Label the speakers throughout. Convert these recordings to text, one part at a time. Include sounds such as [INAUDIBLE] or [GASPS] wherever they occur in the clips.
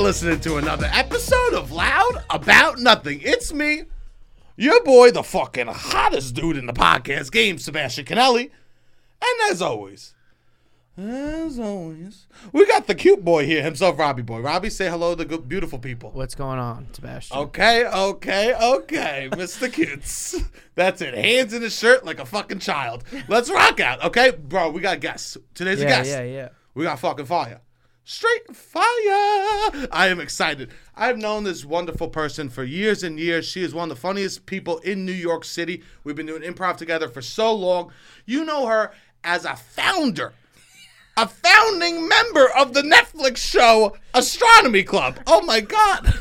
Speaker 1: listening to another episode of Loud About Nothing. It's me, your boy, the fucking hottest dude in the podcast game, Sebastian Canelli. And as always, as always, we got the cute boy here himself, Robbie Boy. Robbie, say hello to the good, beautiful people.
Speaker 2: What's going on, Sebastian?
Speaker 1: Okay, okay,
Speaker 2: [LAUGHS]
Speaker 1: okay, Mr. Cutes. That's it. Hands in his shirt like a fucking child. Let's rock out, okay? Bro, we got guests. Today's a
Speaker 2: yeah,
Speaker 1: guest.
Speaker 2: yeah, yeah.
Speaker 1: We got fucking fire. Straight fire. I am excited. I've known this wonderful person for years and years. She is one of the funniest people in New York City. We've been doing improv together for so long. You know her as a founder, a founding member of the Netflix show Astronomy Club. Oh my God. [LAUGHS]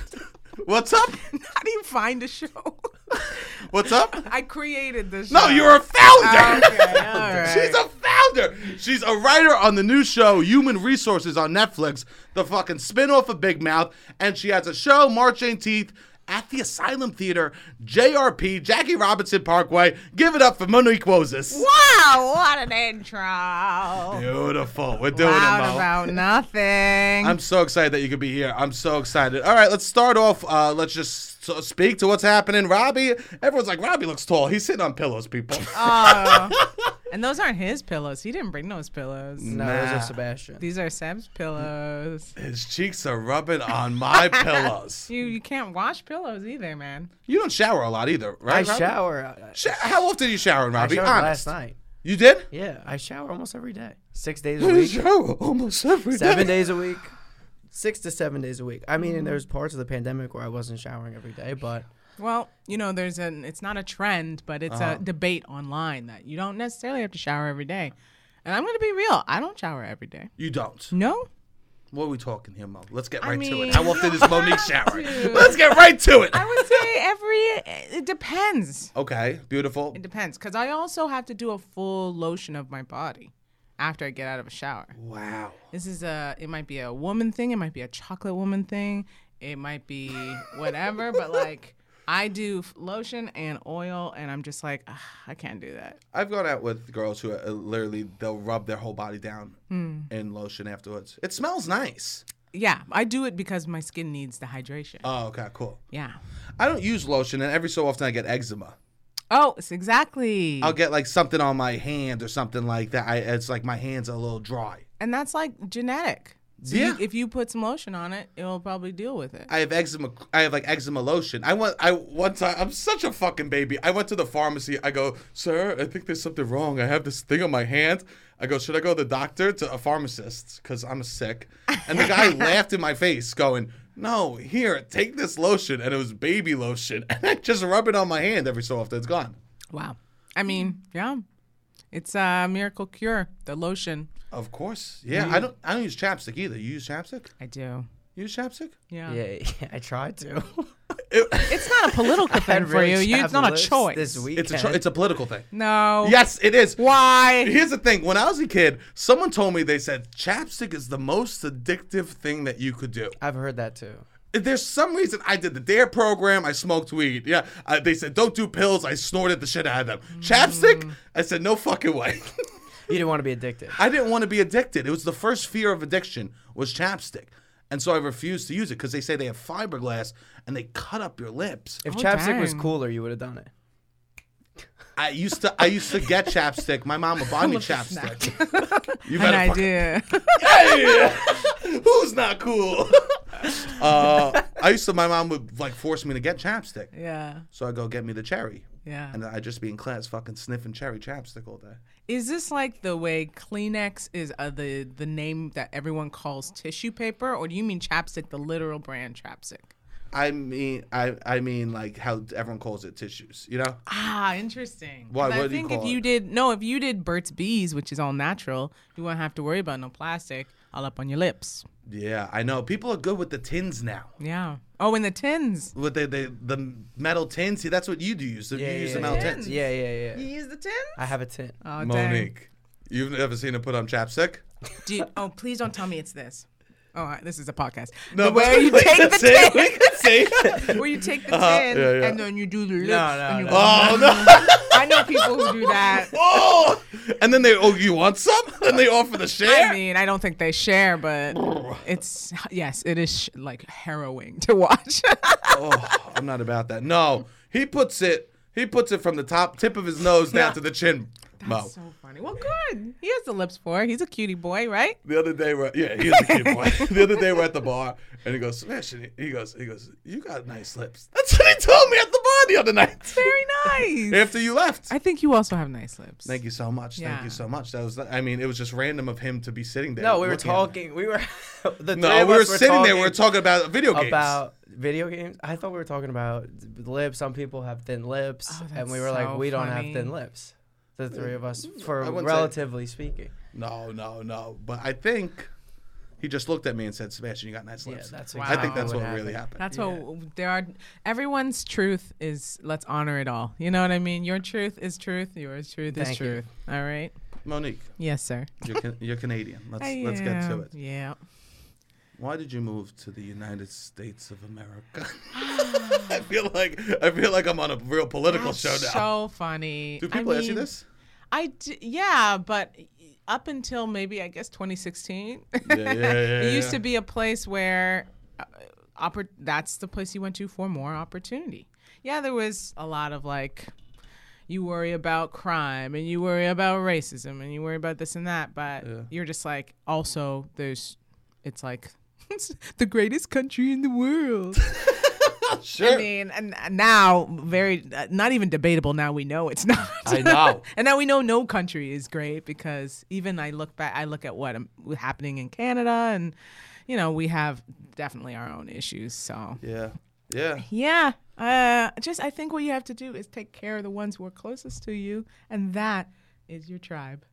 Speaker 1: What's up?
Speaker 3: How do you find a show? [LAUGHS]
Speaker 1: What's up?
Speaker 3: I created this.
Speaker 1: No,
Speaker 3: show.
Speaker 1: you're a founder. [LAUGHS]
Speaker 3: Okay, all right.
Speaker 1: She's a founder. She's a writer on the new show Human Resources on Netflix, the fucking spin-off of Big Mouth, and she has a show March 18th at the Asylum Theater, JRP, Jackie Robinson Parkway. Give it up for Monique Wozes.
Speaker 3: wow, what an intro.
Speaker 1: Beautiful. We're doing it, [LAUGHS]
Speaker 3: Loud
Speaker 1: Mo.
Speaker 3: about nothing.
Speaker 1: I'm so excited that you could be here. I'm so excited. All right, let's start off. Uh, let's just s- speak to what's happening. Robbie, everyone's like, Robbie looks tall. He's sitting on pillows, people.
Speaker 3: Uh,
Speaker 1: [LAUGHS]
Speaker 3: Oh. and those aren't his pillows. He didn't bring those pillows.
Speaker 2: No, those
Speaker 1: Nah.
Speaker 2: are Sebastian.
Speaker 3: These are Seb's pillows.
Speaker 1: [LAUGHS] His cheeks are rubbing on
Speaker 3: [LAUGHS]
Speaker 1: my pillows.
Speaker 3: You you can't wash pillows either, man.
Speaker 1: You don't shower a lot either,
Speaker 2: I
Speaker 1: right? Robbie?
Speaker 2: shower. uh, I, I
Speaker 1: Sho- how often are you showering, Robbie?
Speaker 2: showered
Speaker 1: Honest.
Speaker 2: last night.
Speaker 1: You did?
Speaker 2: Yeah, I shower almost every day. Six days
Speaker 1: [LAUGHS]
Speaker 2: a
Speaker 1: You
Speaker 2: week.
Speaker 1: shower almost every
Speaker 2: seven
Speaker 1: day.
Speaker 2: days a week. Six to seven days a week. I mean,
Speaker 1: Mm-hmm.
Speaker 2: and there's parts of the pandemic where I wasn't showering every day, but
Speaker 3: Well, you know, there's an it's not a trend, but it's
Speaker 1: Uh-huh.
Speaker 3: a debate online that you don't necessarily have to shower every day. And I'm gonna be real, I don't shower every day.
Speaker 1: You don't.
Speaker 3: No?
Speaker 1: What are we talking here, Mo? Let's get
Speaker 3: [LAUGHS] I
Speaker 1: right to
Speaker 3: mean,
Speaker 1: it. How often is Monique showering?
Speaker 3: Dude.
Speaker 1: Let's get right to it.
Speaker 3: I would say every it depends.
Speaker 1: Okay, beautiful.
Speaker 3: It depends because I also have to do a full lotion of my body after I get out of a shower.
Speaker 1: Wow.
Speaker 3: This is a it might be a woman thing, it might be a chocolate woman thing, it might be whatever, but like I do f- lotion and oil, and I'm just like "Ugh, I can't do that.
Speaker 1: I've gone out with girls who uh, literally they'll rub their whole body down
Speaker 3: Hmm.
Speaker 1: in lotion afterwards. It smells nice.
Speaker 3: Yeah, I do it because my skin needs the hydration.
Speaker 1: Oh, okay, cool.
Speaker 3: yeah.
Speaker 1: I don't use lotion, and every so often I get eczema.
Speaker 3: Oh, it's exactly.
Speaker 1: I'll get like something on my hand or something like that. I, it's like my hands are a little dry.
Speaker 3: and that's like genetic. So
Speaker 1: Yeah.
Speaker 3: You, if you put some lotion on it, it'll probably deal with it.
Speaker 1: I have eczema. I have like eczema lotion. I went. I one time. I'm such a fucking baby. I went to the pharmacy. I go, sir. I think there's something wrong. I have this thing on my hand. I go, should I go to the doctor to a pharmacist because I'm sick? And the [LAUGHS] guy laughed in my face, going, no, here, take this lotion. And it was baby lotion, [LAUGHS] and I just rub it on my hand every so often. It's gone.
Speaker 3: Wow. I mean, yeah. It's a miracle cure, the lotion.
Speaker 1: Of course. Yeah. I don't. I don't use chapstick either. You use chapstick?
Speaker 3: I do.
Speaker 1: You use chapstick?
Speaker 2: [LAUGHS]
Speaker 3: Yeah.
Speaker 2: yeah, I tried to.
Speaker 1: It- [LAUGHS]
Speaker 3: It's not a political
Speaker 2: I
Speaker 3: thing
Speaker 2: had
Speaker 3: for
Speaker 2: really
Speaker 3: you. you. It's not a
Speaker 2: travelers
Speaker 3: choice.
Speaker 2: This week.
Speaker 1: it's a. Cho- it's a political thing.
Speaker 3: No.
Speaker 1: Yes, it is.
Speaker 3: Why?
Speaker 1: Here's the thing. When I was a kid, someone told me they said chapstick is the most addictive thing that you could do.
Speaker 2: I've heard that too.
Speaker 1: There's some reason I did the Dare program. I smoked weed. Yeah, I, they said don't do pills. I snorted the shit out of them. Chapstick. I said no fucking way. [LAUGHS]
Speaker 2: You didn't want to be addicted.
Speaker 1: I didn't want to be addicted. It was the first fear of addiction was chapstick, and so I refused to use it because they say they have fiberglass and they cut up your lips.
Speaker 2: If
Speaker 3: Oh,
Speaker 2: chapstick was
Speaker 3: dang.
Speaker 2: cooler, you would have done it.
Speaker 1: I used to I used to get chapstick. My mom would buy me chapstick. [LAUGHS] you
Speaker 3: An
Speaker 1: better fucking
Speaker 3: idea.
Speaker 1: [LAUGHS] hey, who's not cool? [LAUGHS] uh, I used to, my mom would like force me to get chapstick.
Speaker 3: yeah.
Speaker 1: So I go get me the cherry.
Speaker 3: Yeah.
Speaker 1: And I'd just be in class fucking sniffing cherry chapstick all day.
Speaker 3: Is this like the way Kleenex is uh, the the name that everyone calls tissue paper, or do you mean chapstick, the literal brand chapstick?
Speaker 1: I mean, I, I mean like how everyone calls it tissues, you know?
Speaker 3: Ah, interesting.
Speaker 1: Why,
Speaker 3: 'Cause I
Speaker 1: what do you
Speaker 3: think
Speaker 1: call
Speaker 3: if you
Speaker 1: it?
Speaker 3: did no, if you did Burt's Bees, which is all natural, you won't have to worry about no plastic all up on your lips.
Speaker 1: Yeah, I know. People are good with the tins now.
Speaker 3: Yeah. Oh, in the tins.
Speaker 1: With the, the, the metal tins. See, that's what you do use. you use the metal
Speaker 2: yeah,
Speaker 1: tins.
Speaker 2: yeah, yeah, yeah.
Speaker 3: use the tins.
Speaker 2: I have a tint.
Speaker 3: Oh, dang.
Speaker 1: Monique, you've never seen her put on chapstick?
Speaker 3: Do you- oh, please don't tell me it's this. Oh, I- this is a podcast.
Speaker 1: No,
Speaker 3: the
Speaker 1: but- [LAUGHS]
Speaker 3: way you take the
Speaker 1: see,
Speaker 3: tin,
Speaker 1: we can [LAUGHS]
Speaker 3: [LAUGHS]
Speaker 1: see.
Speaker 3: where you take the
Speaker 1: Uh-huh,
Speaker 3: tin,
Speaker 1: yeah, yeah.
Speaker 3: and then you do the lips.
Speaker 2: no,
Speaker 3: and you
Speaker 2: no.
Speaker 3: go,
Speaker 1: Oh
Speaker 3: [LAUGHS]
Speaker 1: no.
Speaker 3: I know people who do that.
Speaker 1: Oh, [LAUGHS] and then they oh you want some? And they offer the share.
Speaker 3: I mean, I don't think they share, but it's yes, it is sh- like harrowing to watch. [LAUGHS]
Speaker 1: oh, I'm not about that. No, he puts it. He puts it from the top tip of his nose down to the chin. Mo.
Speaker 3: That's so funny. Well, good. He has the lips for. it. He's a cutie
Speaker 1: [LAUGHS]
Speaker 3: boy, right?
Speaker 1: The other day, we're yeah, he was a kid
Speaker 2: [LAUGHS]
Speaker 1: boy. the other day, we're at the bar, and he goes, "Sebastian," he goes, he goes, "You got nice lips." That's what he told me at the bar the other
Speaker 2: [LAUGHS]
Speaker 1: night
Speaker 3: Very nice.
Speaker 1: after you left.
Speaker 3: I think you also have nice lips.
Speaker 1: Thank you so much. Thank
Speaker 3: Yeah.
Speaker 1: you so much. That was. I mean, it was just random of him to be sitting there.
Speaker 2: No, we were
Speaker 1: looking at me.
Speaker 2: talking. We were. [LAUGHS] the three
Speaker 1: No,
Speaker 2: of
Speaker 1: we were
Speaker 2: us
Speaker 1: sitting there. We were
Speaker 2: talking
Speaker 1: talking about video games.
Speaker 2: about video games. I thought we were talking about the lips. Some people have thin lips,
Speaker 3: Oh,
Speaker 2: and
Speaker 3: that's
Speaker 2: we were like,
Speaker 3: so
Speaker 2: we don't
Speaker 3: funny.
Speaker 2: have thin lips. The three of us, for
Speaker 1: Mm, I wouldn't say- [LAUGHS]
Speaker 2: relatively speaking.
Speaker 1: No, no, no. But I think he just looked at me and said, "Sebastian, you got nice lips."
Speaker 2: that's
Speaker 1: I think
Speaker 3: Wow.
Speaker 1: that's
Speaker 2: what
Speaker 1: what really happened.
Speaker 3: That's what there are. Everyone's truth is. Let's honor it all. You know what I mean? Your truth is truth. Yours truth is
Speaker 2: Thank you.
Speaker 3: truth. All right.
Speaker 1: Monique,
Speaker 3: Yes, sir.
Speaker 1: you're, can, you're Canadian. Let's let's get to
Speaker 3: am.
Speaker 1: it.
Speaker 3: Yeah.
Speaker 1: Why did you move to the United States of America? [LAUGHS] I feel like I feel like I'm on a real political
Speaker 3: Ah. That's
Speaker 1: show now.
Speaker 3: So funny.
Speaker 1: Do
Speaker 3: I
Speaker 1: people ask you
Speaker 3: mean, [LAUGHS]
Speaker 1: this?
Speaker 3: I d- yeah, but up until maybe I guess 2016,
Speaker 1: yeah, yeah, yeah,
Speaker 3: [LAUGHS] it used
Speaker 1: yeah.
Speaker 3: to be a place where uh, oppor- that's the place you went to for more opportunity. Yeah, there was a lot of like you worry about crime and you worry about racism and you worry about this and that, but
Speaker 1: Yeah.
Speaker 3: you're just like also there's it's like [LAUGHS] it's the greatest country in the world. I
Speaker 1: Sure.
Speaker 3: mean, and and now very uh, not even debatable. Now we know it's [LAUGHS] not.
Speaker 1: I know.
Speaker 3: and now we know no country is great because even I look back, I look at what um, happening in Canada, and you know we have definitely our own issues. So
Speaker 1: yeah. Yeah.
Speaker 3: yeah, uh, just I think what you have to do is take care of the ones who are closest to you, and that is
Speaker 1: [LAUGHS]
Speaker 3: your tribe.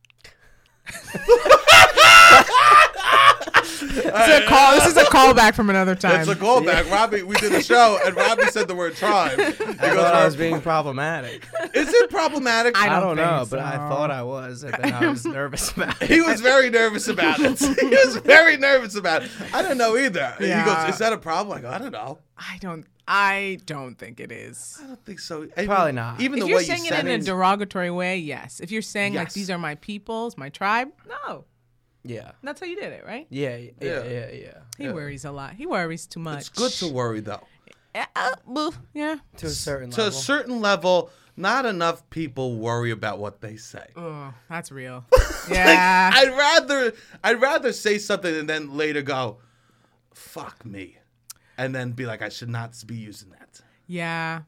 Speaker 3: It's a call. This is a callback from another time.
Speaker 1: It's a callback.
Speaker 3: [LAUGHS]
Speaker 1: Robbie, we did a show and Robbie said the word tribe. He
Speaker 2: I
Speaker 1: goes,
Speaker 2: thought I was
Speaker 1: "Rob,
Speaker 2: being
Speaker 3: [LAUGHS]
Speaker 2: problematic.
Speaker 1: Is it problematic?
Speaker 3: I
Speaker 2: I
Speaker 3: don't
Speaker 2: don't know,
Speaker 3: think
Speaker 2: but I
Speaker 3: so.
Speaker 2: thought I was, and then I
Speaker 3: [LAUGHS]
Speaker 2: was nervous about
Speaker 1: [LAUGHS]
Speaker 2: it.
Speaker 1: He was very nervous about
Speaker 2: [LAUGHS]
Speaker 1: it. he was very nervous about it. I don't know either. He
Speaker 3: Yeah.
Speaker 1: goes, Is that a problem? I go, I don't know.
Speaker 3: I don't. I don't think it is.
Speaker 1: I don't think so. I
Speaker 2: Probably
Speaker 1: mean,
Speaker 2: not.
Speaker 1: Even
Speaker 3: if
Speaker 1: the
Speaker 3: you're
Speaker 1: way
Speaker 3: saying
Speaker 1: you
Speaker 3: it
Speaker 1: said
Speaker 3: in a
Speaker 1: it.
Speaker 3: derogatory way, yes. If you're saying like
Speaker 1: Yes.
Speaker 3: these are my peoples, my tribe, no,
Speaker 2: Yeah.
Speaker 3: that's how you did it, right?
Speaker 2: Yeah, yeah,
Speaker 1: Yeah.
Speaker 2: yeah, yeah, yeah.
Speaker 3: He worries a lot. He worries too much.
Speaker 1: it's good to worry though.
Speaker 3: Uh, uh, boo. yeah.
Speaker 2: To a certain
Speaker 1: To a
Speaker 2: level.
Speaker 1: certain level, not enough people worry about what they say.
Speaker 3: Oh, that's real.
Speaker 1: [LAUGHS] Like,
Speaker 3: Yeah.
Speaker 1: I'd rather I'd rather say something and then later go, fuck me. And then be like, I should not be using that.
Speaker 3: yeah.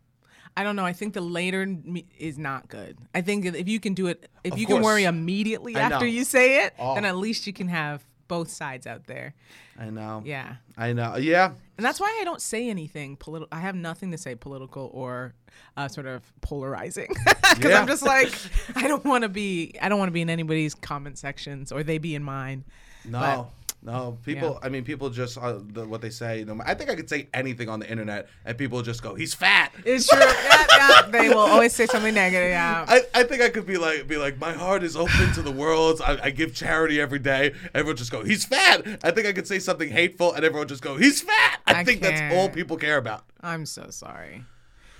Speaker 3: I don't know. I think the later me- is not good. I think if you can do it, if
Speaker 1: Of
Speaker 3: you
Speaker 1: course.
Speaker 3: can worry immediately
Speaker 1: I know.
Speaker 3: after you say it,
Speaker 1: Oh.
Speaker 3: then at least you can have both sides out there.
Speaker 1: I know.
Speaker 3: Yeah.
Speaker 1: I know. Yeah.
Speaker 3: And that's why I don't say anything political. I have nothing to say political or uh, sort of polarizing [LAUGHS] because
Speaker 1: Yeah.
Speaker 3: I'm just like I don't want to be. I don't want to be in anybody's comment sections or they be in mine.
Speaker 1: No, no. People, I mean, people just uh, the, what they say. No, ma- I think I could say anything on the internet, and people just go, "He's fat." [LAUGHS]
Speaker 3: It's true. yeah, yeah, they will always say something negative. Yeah.
Speaker 1: I, I think I could be like be like my heart is open to the world. I, I give charity every day. Everyone just go he's fat. I think I could say something hateful and everyone just go he's fat. I,
Speaker 3: I
Speaker 1: think that's all
Speaker 3: can't.
Speaker 1: people care about.
Speaker 3: I'm so sorry.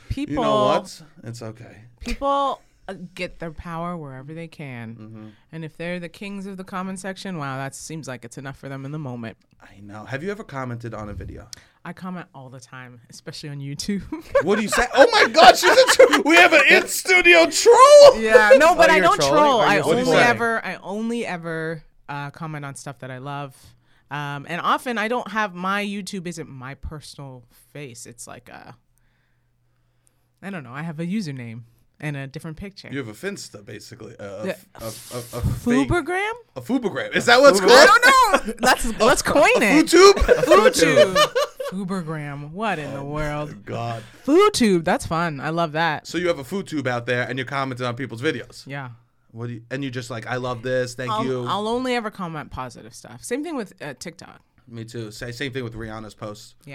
Speaker 3: People,
Speaker 1: You know what? It's okay.
Speaker 3: people uh, get their power wherever they can,
Speaker 1: Mm-hmm.
Speaker 3: and if they're the kings of the comment section, wow, that seems like it's enough for them in the moment.
Speaker 1: I know. Have you ever commented on a video?
Speaker 3: I comment all the time, especially on YouTube. [LAUGHS]
Speaker 1: What do you say? oh my God, she's a tro- we have an in studio troll.
Speaker 3: Yeah,
Speaker 2: [LAUGHS]
Speaker 3: no, but I
Speaker 2: Oh, you're
Speaker 3: don't
Speaker 2: trolling?
Speaker 3: troll.
Speaker 2: Are
Speaker 3: I
Speaker 2: you
Speaker 3: only
Speaker 1: supporting?
Speaker 3: ever, I only ever uh, comment on stuff that I love, um, and often I don't have my YouTube isn't my personal face. It's like a, I don't know. I have a username and a different picture.
Speaker 1: You have a finsta, basically. A, a,
Speaker 3: Yeah.
Speaker 1: a, a, a fake- [LAUGHS]
Speaker 3: Fubergram?
Speaker 1: A fubogram. Is that what it's called?
Speaker 3: I don't know.
Speaker 1: [LAUGHS]
Speaker 3: Let's let's coin it.
Speaker 1: YouTube.
Speaker 3: FooTube. Fubergram. What in
Speaker 1: Oh,
Speaker 3: the world?
Speaker 1: God.
Speaker 3: FooTube. That's fun. I love that.
Speaker 1: So you have a food tube out there, and you're commenting on people's videos.
Speaker 3: Yeah.
Speaker 1: What do you, and you're just like, I love this. Thank you.
Speaker 3: I'll, I'll only ever comment positive stuff. Same thing with uh, TikTok.
Speaker 1: Me too. Say same thing with Rihanna's posts. [LAUGHS]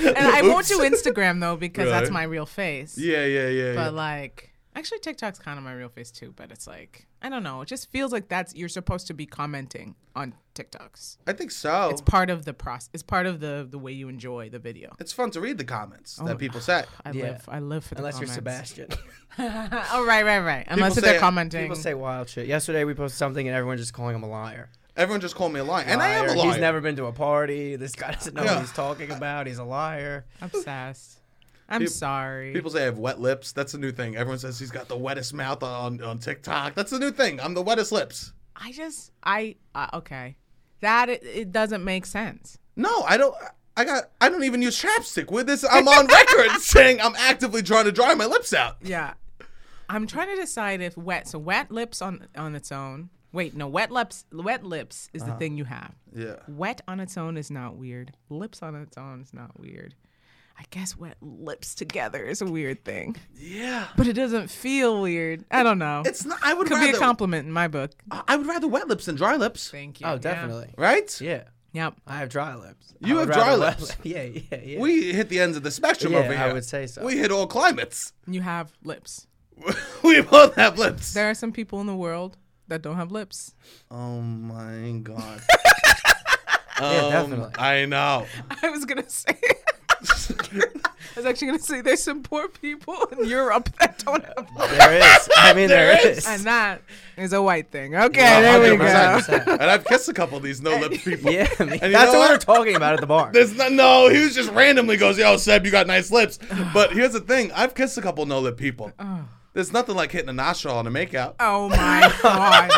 Speaker 3: Yeah. and I won't do Instagram though because that's
Speaker 1: Right.
Speaker 3: my real face.
Speaker 1: Yeah, yeah, yeah.
Speaker 3: But like, Actually, TikTok's kind of my real face too, but it's like I don't know. It just feels like that's you're supposed to be commenting on TikToks.
Speaker 1: I think so.
Speaker 3: It's
Speaker 1: It's,
Speaker 3: part of the process. It's part of the the way you enjoy the video.
Speaker 1: fun to read the comments
Speaker 3: Oh,
Speaker 1: that people say.
Speaker 3: I
Speaker 2: Yeah.
Speaker 3: live. I live for the
Speaker 2: Unless
Speaker 3: comments.
Speaker 2: you're Sebastian. [LAUGHS]
Speaker 3: [LAUGHS] oh right, right, right. Unless
Speaker 1: People
Speaker 3: they're
Speaker 1: say-
Speaker 3: commenting.
Speaker 2: People say wild shit. Yesterday we posted something and everyone just calling him a liar.
Speaker 1: Everyone just called me a liar, and I am a
Speaker 2: Liar.
Speaker 1: liar.
Speaker 2: He's never been to a party. This guy doesn't know
Speaker 1: Yeah.
Speaker 2: what he's talking about. He's a liar.
Speaker 3: obsessed. I'm
Speaker 1: Peop-
Speaker 3: sorry.
Speaker 1: People say I have wet lips. That's a new thing. Everyone says he's got the wettest mouth on, on TikTok. That's the new thing. I'm the wettest lips.
Speaker 3: I just I uh, okay. That it, it doesn't make sense.
Speaker 1: No, I don't. I got. I don't even use chapstick. With this, I'm on
Speaker 3: [LAUGHS]
Speaker 1: record saying I'm actively trying to dry my lips out.
Speaker 3: Yeah. I'm trying to decide if wet so wet lips on on its own. Wait, no, wet lips wet lips is the thing you have.
Speaker 1: Yeah.
Speaker 3: Wet on its own is not weird. Lips on its own is not weird. I guess wet lips together is a weird thing.
Speaker 1: Yeah.
Speaker 3: But it doesn't feel weird. I don't know.
Speaker 1: It's not. I would
Speaker 3: could be
Speaker 1: rather.
Speaker 3: a compliment in my book.
Speaker 1: I I would rather wet lips than dry lips.
Speaker 3: Thank you.
Speaker 2: Oh,
Speaker 3: Yeah.
Speaker 2: definitely.
Speaker 1: Right?
Speaker 2: Yeah.
Speaker 3: Yep.
Speaker 2: I have dry lips. I
Speaker 1: You
Speaker 2: would
Speaker 1: have dry
Speaker 2: rather
Speaker 1: lips.
Speaker 2: wet- [LAUGHS] Yeah, yeah, yeah.
Speaker 1: We hit the ends of the spectrum
Speaker 2: yeah,
Speaker 1: over here.
Speaker 2: I would say so.
Speaker 1: We hit all climates. [LAUGHS]
Speaker 3: You have lips.
Speaker 1: we both have lips.
Speaker 3: There are some people in the world that don't have lips. [LAUGHS]
Speaker 1: Oh my god.
Speaker 2: [LAUGHS] yeah,
Speaker 1: Um,
Speaker 2: definitely.
Speaker 1: I know.
Speaker 3: I was gonna say. [LAUGHS] I was actually gonna say there's some poor people in Europe that don't have lips,
Speaker 2: There is.
Speaker 1: [LAUGHS]
Speaker 2: I mean, there is.
Speaker 3: and that is a white thing. Okay,
Speaker 2: Yeah,
Speaker 3: there we go.
Speaker 2: 100%.
Speaker 1: and I've kissed a couple of these no lip
Speaker 2: [LAUGHS]
Speaker 1: people.
Speaker 2: [LAUGHS] Yeah, I mean,
Speaker 1: you
Speaker 2: that's
Speaker 1: know
Speaker 2: what we were
Speaker 1: what?
Speaker 2: talking about at
Speaker 1: [LAUGHS]
Speaker 2: the bar.
Speaker 1: There's no, no, he was just randomly goes, yo, Seb, you got nice lips. But here's the thing, I've kissed a couple no lip people.
Speaker 2: Oh.
Speaker 1: There's nothing like hitting a nostril on a makeout.
Speaker 3: Oh my god.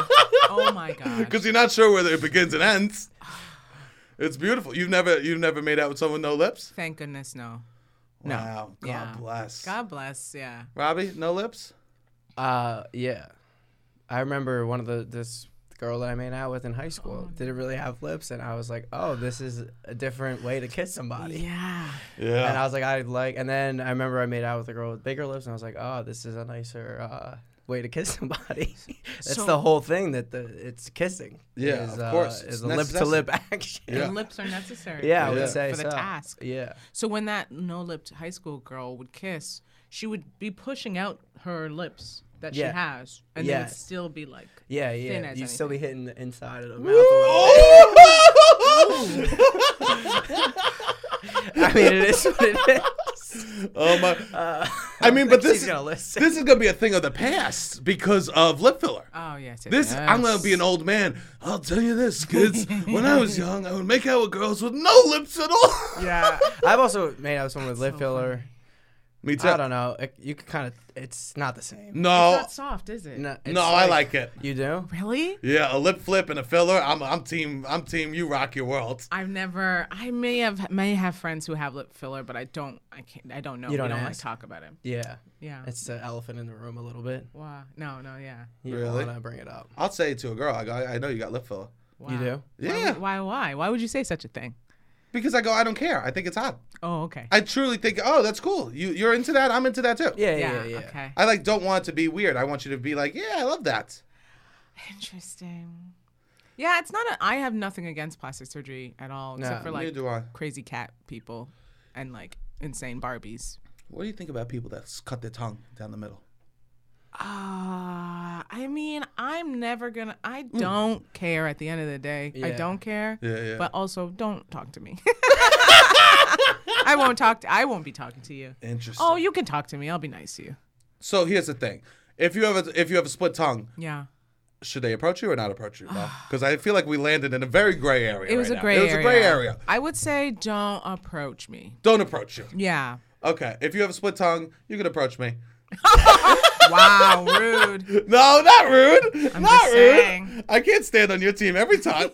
Speaker 3: Oh my
Speaker 1: [LAUGHS]
Speaker 3: [LAUGHS] god.
Speaker 1: Because you're not sure whether it begins and ends. It's beautiful. You've never you've never made out with someone with no lips?
Speaker 3: Thank goodness, no. No.
Speaker 1: Wow. God
Speaker 3: Yeah.
Speaker 1: bless.
Speaker 3: God bless. Yeah.
Speaker 1: Robbie, no lips?
Speaker 2: Uh, yeah. I remember one of the this girl that I made out with in high school didn't really have lips, and I was like, oh, this is a different way to kiss somebody.
Speaker 3: Yeah.
Speaker 2: And
Speaker 1: [LAUGHS]
Speaker 2: I
Speaker 1: Yeah.
Speaker 2: was like, I like, and then I remember I made out with a girl with bigger lips, and I was like, oh, this is a nicer uh, way to kiss [LAUGHS] somebody. That's
Speaker 3: So-
Speaker 2: the whole thing that the it's kissing.
Speaker 1: Yeah,
Speaker 2: is, uh,
Speaker 1: of course. It's
Speaker 2: is a lip to lip [LAUGHS] action.
Speaker 1: Yeah.
Speaker 3: And lips are necessary.
Speaker 2: Yeah, I
Speaker 1: Yeah.
Speaker 2: would say
Speaker 3: For the
Speaker 2: so.
Speaker 3: task.
Speaker 2: Yeah,
Speaker 3: So when that no-lipped high school girl would kiss, she would be pushing out her lips that
Speaker 2: Yeah.
Speaker 3: she has, and they would
Speaker 2: Yes.
Speaker 3: still be like,
Speaker 2: yeah, yeah.
Speaker 3: Thin
Speaker 2: You'd
Speaker 3: as
Speaker 2: still be
Speaker 3: anything.
Speaker 2: hitting the inside of the mouth. A little bit. I mean, it is what it is.
Speaker 1: oh my I mean, [LAUGHS] but
Speaker 2: think
Speaker 1: this
Speaker 2: Uh, [LAUGHS] she's
Speaker 1: is,
Speaker 2: gonna listen.
Speaker 1: this is gonna be a thing of the past because of lip filler.
Speaker 3: "Oh yes, yes,
Speaker 1: This
Speaker 3: yes.
Speaker 1: I'm gonna be an old man. I'll tell you
Speaker 2: [LAUGHS]
Speaker 1: this, kids. when I was young, I would make out with girls with no lips at all.
Speaker 3: [LAUGHS] yeah."
Speaker 2: [LAUGHS] I've also made out with someone with lip filler.
Speaker 1: [LAUGHS] Me too.
Speaker 2: I don't know. It, you could kind of. It's not the same.
Speaker 1: No,
Speaker 3: it's not soft, is it?
Speaker 2: No, it's
Speaker 1: no, I like it.
Speaker 2: You do?
Speaker 3: Really?
Speaker 1: Yeah, a lip flip and a filler. I'm, I'm team. I'm team. You rock your world.
Speaker 3: I've never. I may have may have friends who have lip filler, but I don't. I can't. I don't know.
Speaker 2: You don't
Speaker 3: we don't like
Speaker 2: ask?
Speaker 3: talk about it.
Speaker 2: Yeah.
Speaker 3: Yeah.
Speaker 2: It's the elephant in the room a little bit.
Speaker 3: wow. No. No. Yeah.
Speaker 2: You
Speaker 1: Really?
Speaker 2: don't want to bring it up.
Speaker 1: I'll say it to a girl. I go. I I know you got lip filler.
Speaker 3: Wow.
Speaker 2: You do?
Speaker 1: Yeah,
Speaker 3: Why? Why? Why would you say such a thing?
Speaker 1: because I go. I don't care. I think it's hot.
Speaker 3: Oh, okay.
Speaker 1: I truly think. Oh, that's cool. You you're into that. I'm into that too.
Speaker 2: Yeah, yeah, yeah. yeah.
Speaker 3: Okay.
Speaker 1: I like don't want it to be weird. I want you to be like, yeah, I love that.
Speaker 3: Interesting. Yeah, it's not. A, I have nothing against plastic surgery at all,
Speaker 2: No,
Speaker 3: except for
Speaker 1: Neither
Speaker 3: like
Speaker 1: do I.
Speaker 3: crazy cat people and like insane Barbies.
Speaker 1: What do you think about people that s- cut their tongue down the middle?
Speaker 3: Ah, I mean, I'm never gonna. I don't care. At the end of the day, I
Speaker 2: Yeah.
Speaker 3: don't care.
Speaker 1: Yeah, yeah.
Speaker 3: But also, don't talk to me. [LAUGHS] I won't talk. To, I won't be talking to you.
Speaker 1: Interesting.
Speaker 3: Oh, you can talk to me. I'll be nice to you.
Speaker 1: So here's the thing. If you have a, if you have a split tongue,
Speaker 3: Yeah.
Speaker 1: should they approach you or not approach you?
Speaker 3: [SIGHS]
Speaker 1: Because I feel like we landed in a very gray area.
Speaker 3: It was
Speaker 1: right
Speaker 3: a
Speaker 1: now.
Speaker 3: gray area.
Speaker 1: It was a gray area.
Speaker 3: I would say don't approach me.
Speaker 1: Don't approach you. [LAUGHS]
Speaker 3: Yeah.
Speaker 1: Okay. If you have a split tongue, you can approach me.
Speaker 3: Wow, rude.
Speaker 1: No, not rude. not
Speaker 3: just
Speaker 1: rude.
Speaker 3: saying.
Speaker 1: I can't stand on your team every
Speaker 3: [LAUGHS]
Speaker 1: time.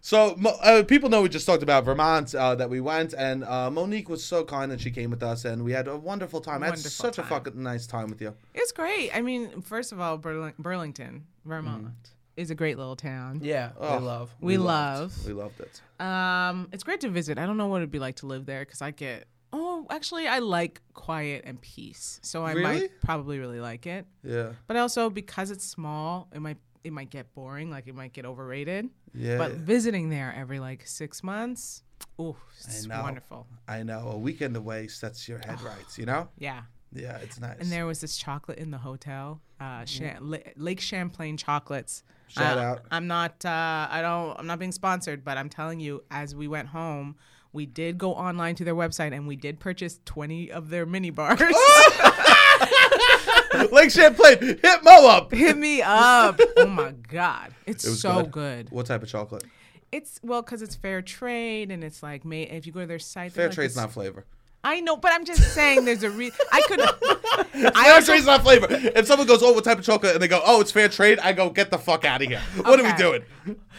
Speaker 1: so Mo- uh, people know we just talked about Vermont uh, that we went, and uh, Monique was so kind that she came with us, and we had a wonderful time. I had
Speaker 3: Wonderful
Speaker 1: such a
Speaker 3: time.
Speaker 1: fucking nice time with you.
Speaker 3: It's great. I mean, first of all, Burling- Burlington, Vermont, is a great little town.
Speaker 1: Oh.
Speaker 2: we love.
Speaker 3: we,
Speaker 1: loved-
Speaker 3: love.
Speaker 1: Mm-hmm. We loved it.
Speaker 3: Um, it's great to visit. I don't know what it'd be like to live there because I get. Oh, actually, I like quiet and peace, so I
Speaker 1: Really?
Speaker 3: might probably really like it.
Speaker 1: Yeah.
Speaker 3: But also because it's small, it might it might get boring. Like it might get overrated.
Speaker 1: Yeah.
Speaker 3: But visiting there every like six months, ooh, it's
Speaker 1: know.
Speaker 3: wonderful.
Speaker 1: I know a weekend away sets your head right. You know.
Speaker 3: Yeah,
Speaker 1: Yeah, it's nice.
Speaker 3: And there was this chocolate in the hotel, uh, Cha- La- Lake Champlain chocolates.
Speaker 1: Mm-hmm. Shout
Speaker 3: Uh,
Speaker 1: out.
Speaker 3: I'm not. Uh, I don't. I'm not being sponsored, but I'm telling you, as we went home, we did go online to their website and we did purchase 20 of their
Speaker 1: [LAUGHS]
Speaker 3: mini bars. [LAUGHS]
Speaker 1: Lake Champlain, hit Mo
Speaker 3: [LAUGHS]
Speaker 1: up.
Speaker 3: Hit
Speaker 1: [LAUGHS]
Speaker 3: me up. Oh my god, it's
Speaker 1: was
Speaker 3: so
Speaker 1: good.
Speaker 3: good.
Speaker 1: What type of chocolate?
Speaker 3: It's well because it's fair trade and it's like made. If you go to their site, they're
Speaker 1: Fair
Speaker 3: like,
Speaker 1: trade's
Speaker 3: it's-
Speaker 1: not flavor.
Speaker 3: I know, but I'm just saying there's a reason. I
Speaker 1: [LAUGHS]
Speaker 3: could. I
Speaker 1: Fair
Speaker 3: also-
Speaker 1: trade's not flavor. If someone goes, oh, what type of chocolate? And they go, oh, it's fair trade. I go, get the fuck out of here. What are we
Speaker 3: Okay.
Speaker 1: doing?